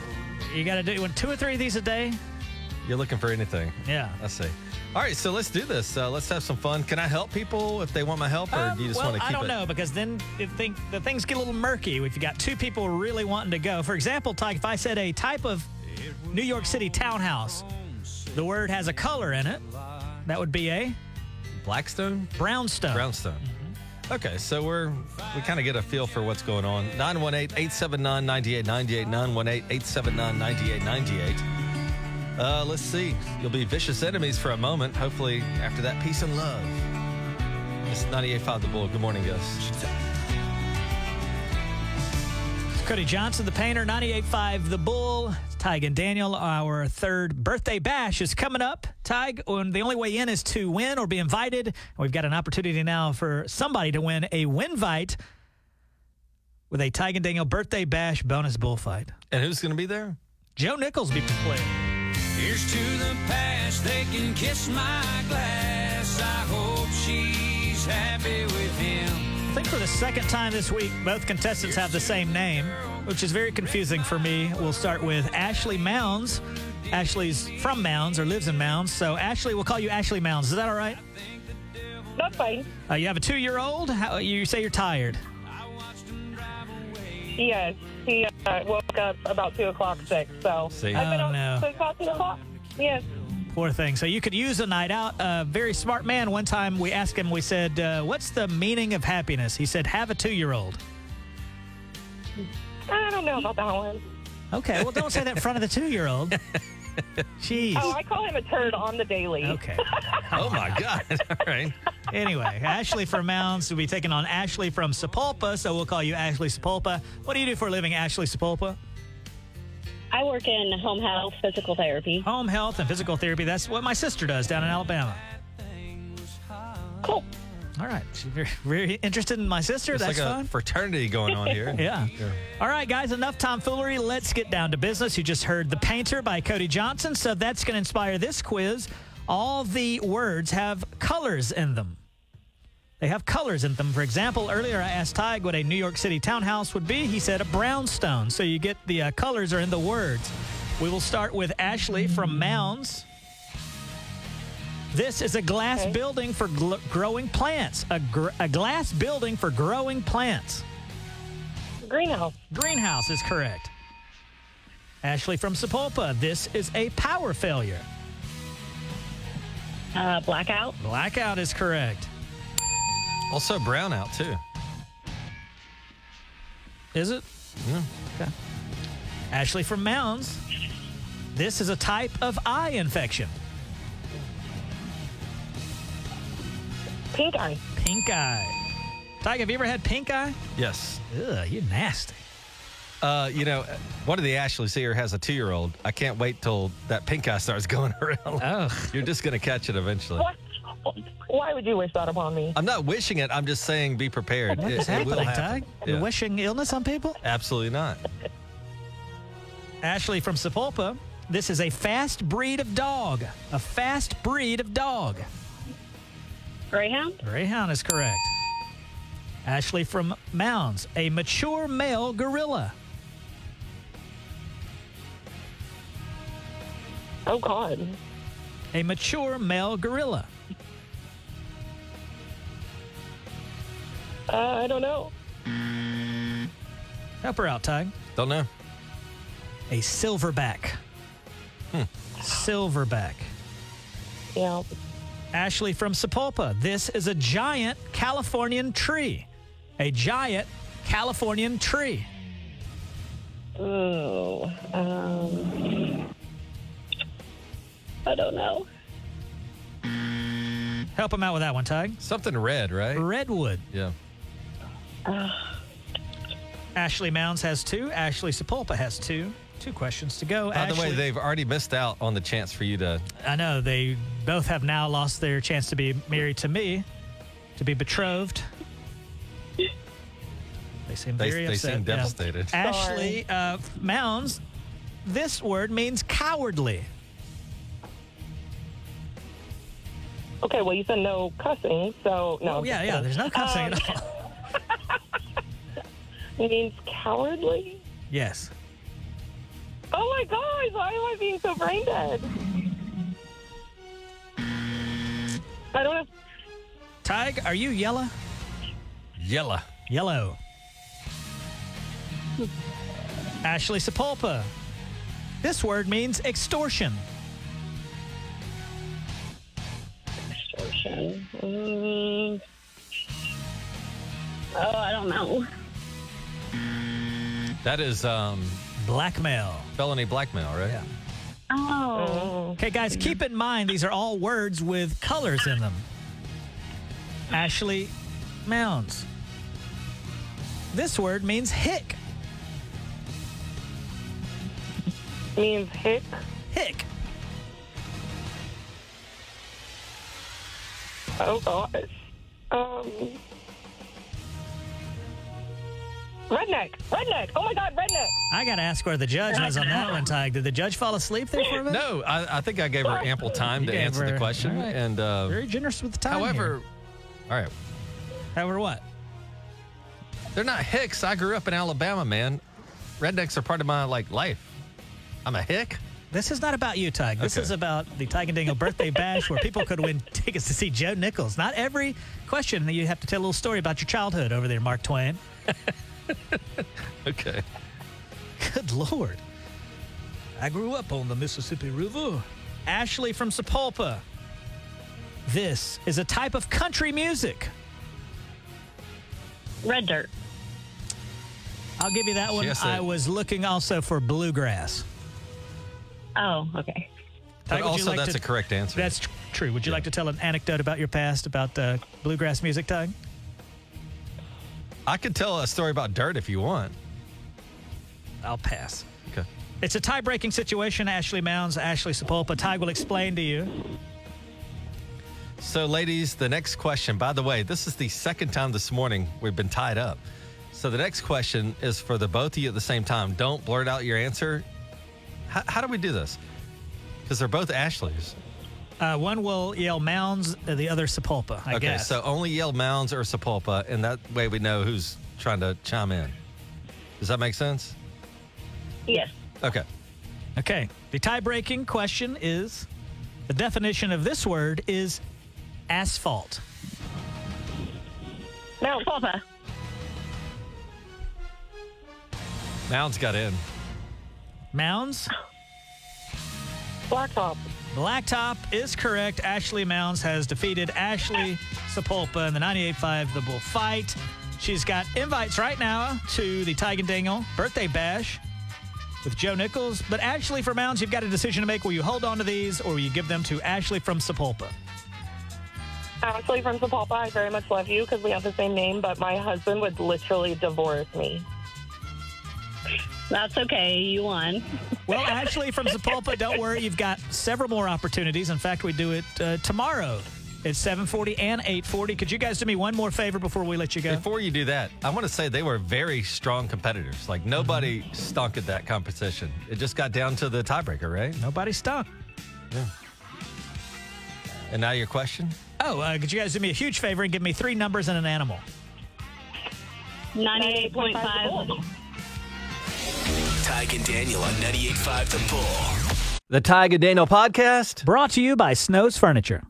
Speaker 2: You got to do you want two or three of these a day.
Speaker 1: You're looking for anything.
Speaker 2: Yeah.
Speaker 1: I see. All right, so let's do this. Uh, let's have some fun. Can I help people if they want my help, or do you just
Speaker 2: Um, well,
Speaker 1: want to keep
Speaker 2: I don't
Speaker 1: it?
Speaker 2: know because then it think, the things get a little murky if you got two people really wanting to go. For example, Ty, if I said a type of New York City townhouse, the word has a color in it. That would be a
Speaker 1: Blackstone,
Speaker 2: brownstone,
Speaker 1: brownstone.
Speaker 2: Mm-hmm.
Speaker 1: Okay, so we're we kind of get a feel for what's going on. 918-879-9898, 918-879-9898. Uh, let's see. You'll be vicious enemies for a moment. Hopefully, after that, peace and love. It's 98.5 The Bull. Good morning, guys.
Speaker 2: Cody Johnson, the painter, 98.5 The Bull. Tig and Daniel, our third birthday bash is coming up. Tig, and the only way in is to win or be invited. We've got an opportunity now for somebody to win a winvite with a Tygan Daniel birthday bash bonus bullfight.
Speaker 1: And who's going to be there?
Speaker 2: Joe Nichols be playing.
Speaker 3: Here's to the past, they can kiss my glass. I hope she's happy with him.
Speaker 2: I think for the second time this week, both contestants have the same name, which is very confusing for me. We'll start with Ashley Mounds. Ashley's from Mounds or lives in Mounds, so Ashley, we'll call you Ashley Mounds. Is that all right?
Speaker 9: That's fine.
Speaker 2: Uh, you have a two-year-old. How, you say you're tired.
Speaker 9: Yes, he uh, woke up about two o'clock six. So
Speaker 2: See.
Speaker 9: I've been
Speaker 2: Oh,
Speaker 9: up
Speaker 2: no.
Speaker 9: since about two o'clock. Yes.
Speaker 2: Poor thing. So you could use a night out. A very smart man. One time we asked him, we said, uh, "What's the meaning of happiness?" He said, "Have a two-year-old."
Speaker 9: I don't know about that one.
Speaker 2: Okay. Well, don't say that in front of the two-year-old. Jeez.
Speaker 9: Oh, I call him a turd on the daily.
Speaker 2: Okay.
Speaker 1: Oh my God! All right.
Speaker 2: Anyway, Ashley from Mounds will be taking on Ashley from Sepulpa, so we'll call you Ashley Sepulpa. What do you do for a living, Ashley Sepulpa?
Speaker 17: I work in home health physical therapy.
Speaker 2: Home health and physical therapy. That's what my sister does down in Alabama.
Speaker 17: Cool.
Speaker 2: All right. She's very, very interested in my sister.
Speaker 1: It's
Speaker 2: That's
Speaker 1: like a
Speaker 2: fun.
Speaker 1: fraternity going on here.
Speaker 2: Yeah. All right, guys, enough tomfoolery. Let's get down to business. You just heard The Painter by Cody Johnson, so that's going to inspire this quiz. All the words have colors in them. They have colors in them. For example, earlier I asked Tig what a New York City townhouse would be. He said a brownstone. So you get the uh, colors are in the words. We will start with Ashley from Mounds. This is a glass building for gl- growing plants. A, gr- a glass building for growing plants.
Speaker 9: Greenhouse.
Speaker 2: Greenhouse is correct. Ashley from Sepulpa, this is a power failure.
Speaker 17: Uh, blackout.
Speaker 2: Blackout is correct.
Speaker 1: Also brownout too.
Speaker 2: Is it?
Speaker 1: Yeah.
Speaker 2: Okay. Ashley from Mounds, this is a type of eye infection.
Speaker 9: Pink eye.
Speaker 2: Pink eye. Tyke, have you ever had pink eye?
Speaker 1: Yes.
Speaker 2: Ugh, you nasty.
Speaker 1: Uh, you know, one of the Ashleys here has a two-year-old. I can't wait till that pink eye starts going around.
Speaker 2: Oh.
Speaker 1: You're just gonna catch it eventually.
Speaker 9: Why would you wish that upon me?
Speaker 1: I'm not wishing it. I'm just saying be prepared.
Speaker 2: What
Speaker 1: it,
Speaker 2: is
Speaker 1: it will
Speaker 2: happening,
Speaker 1: happen.
Speaker 2: Tyke?
Speaker 1: Yeah.
Speaker 2: You're wishing illness on people?
Speaker 1: Absolutely not.
Speaker 2: Ashley from Sepulpa, this is a fast breed of dog. A fast breed of dog.
Speaker 17: Greyhound.
Speaker 2: Greyhound is correct. Ashley from Mounds, a mature male gorilla.
Speaker 9: Oh, God.
Speaker 2: A mature male gorilla.
Speaker 9: Uh, I don't know.
Speaker 2: Help her out, Tig.
Speaker 1: Don't know.
Speaker 2: A silverback. Silverback.
Speaker 9: Yeah.
Speaker 2: Ashley from Sepulpa, this is a giant Californian tree. A giant Californian tree.
Speaker 9: Oh, um, I don't know.
Speaker 2: Help him out with that one, Tig.
Speaker 1: Something red, right?
Speaker 2: Redwood.
Speaker 1: Yeah.
Speaker 2: Ashley Mounds has two. Ashley Sepulpa has two. Two questions to go.
Speaker 1: By the way,
Speaker 2: Ashley-
Speaker 1: they've already missed out on the chance for you to.
Speaker 2: I know they both have now lost their chance to be married to me, to be betrothed. They seem
Speaker 1: They-
Speaker 2: very
Speaker 1: they
Speaker 2: upset.
Speaker 1: seem
Speaker 2: yeah.
Speaker 1: devastated.
Speaker 2: Ashley uh, Mounds, this word means cowardly.
Speaker 9: Okay, well, you said no cussing, so
Speaker 4: Oh.
Speaker 9: no.
Speaker 2: Well, Oh, yeah, yeah, there's no cussing at all.
Speaker 9: It means cowardly?
Speaker 2: Yes.
Speaker 9: Oh my gosh, why am I being so brain dead? I don't know.
Speaker 2: Tig, are you yellow?
Speaker 1: Yellow.
Speaker 2: Yellow. Ashley Sepulpa, this word means extortion.
Speaker 17: Distortion. Mm. Oh, I don't know.
Speaker 1: That is um,
Speaker 2: blackmail.
Speaker 1: Felony blackmail, right? Yeah.
Speaker 17: Oh.
Speaker 2: Okay, guys, keep in mind these are all words with colors in them. Ashley Mounds. This word means hick.
Speaker 9: Means hick.
Speaker 2: Hick.
Speaker 9: Oh gosh. Um. Redneck, redneck. Oh my God, redneck.
Speaker 2: I got to ask where the judge was on that one, Tig. Did the judge fall asleep there for a minute?
Speaker 1: No, I, I think I gave her ample time
Speaker 2: You
Speaker 1: to
Speaker 2: gave
Speaker 1: answer
Speaker 2: her-
Speaker 1: the question.
Speaker 2: all right.
Speaker 1: And uh,
Speaker 2: Very generous with the time.
Speaker 1: however,
Speaker 2: here.
Speaker 1: all right.
Speaker 2: However, what?
Speaker 1: They're not hicks. I grew up in Alabama, man. Rednecks are part of my like life. I'm a hick.
Speaker 2: This is not about you, Tig. This
Speaker 1: Okay.
Speaker 2: is about the Tig and Dingle birthday bash where people could win tickets to see Joe Nichols. Not every question that you have to tell a little story about your childhood over there, Mark Twain.
Speaker 1: okay.
Speaker 2: Good Lord. I grew up on the Mississippi River. Ashley from Sepulpa. This is a type of country music.
Speaker 17: Red dirt.
Speaker 2: I'll give you that one.
Speaker 17: Yes, sir.
Speaker 2: I was looking also for bluegrass.
Speaker 17: Oh, okay.
Speaker 1: But
Speaker 2: Tig, would you
Speaker 1: also,
Speaker 2: like
Speaker 1: that's
Speaker 2: to-
Speaker 1: a correct answer.
Speaker 2: That's tr- true. Would you like to tell an anecdote about your past about uh, bluegrass music, Tig?
Speaker 1: I could tell a story about dirt if you want.
Speaker 2: I'll pass.
Speaker 1: Okay.
Speaker 2: It's a tie-breaking situation. Ashley Mounds, Ashley Sepulpa. Tig will explain to you.
Speaker 1: So, ladies, the next question, by the way, this is the second time this morning we've been tied up. So, the next question is for the both of you at the same time. Don't blurt out your answer. How, how do we do this? Because they're both Ashleys.
Speaker 2: Uh, one will yell Mounds, uh, the other Sepulpa. I
Speaker 1: okay,
Speaker 2: guess.
Speaker 1: so only yell Mounds or Sepulpa, and that way we know who's trying to chime in. Does that make sense?
Speaker 17: Yes.
Speaker 1: Okay.
Speaker 2: Okay. The tie-breaking question is: the definition of this word is asphalt.
Speaker 17: Mount Papa.
Speaker 1: Mounds got in.
Speaker 2: Mounds.
Speaker 9: Blacktop.
Speaker 2: Blacktop is correct. Ashley Mounds has defeated Ashley Sepulpa in the 98.5 The Bull fight. She's got invites right now to the Tiger Dingle birthday bash with Joe Nichols. But Ashley for Mounds, you've got a decision to make. Will you hold on to these or will you give them to Ashley from Sepulpa?
Speaker 9: Ashley from Sepulpa, I very much love you because we have the same name, but my husband would literally divorce me.
Speaker 17: That's okay. You won.
Speaker 2: Well, Ashley from Sepulpa, don't worry. You've got several more opportunities. In fact, we do it uh, tomorrow. at 7:40 and 8:40. Could you guys do me one more favor before we let you go?
Speaker 1: Before you do that, I want to say they were very strong competitors. Like nobody
Speaker 2: Mm-hmm.
Speaker 1: stunk at that competition. It just got down to the tiebreaker, right?
Speaker 2: Nobody stunk.
Speaker 1: Yeah. And now your question?
Speaker 2: Oh, uh, could you guys do me a huge favor and give me three numbers and an animal?
Speaker 17: 98.5.
Speaker 18: Tyke and Daniel on 98.5 The Bull.
Speaker 2: The Tiger Daniel podcast, brought to you by Snow's Furniture.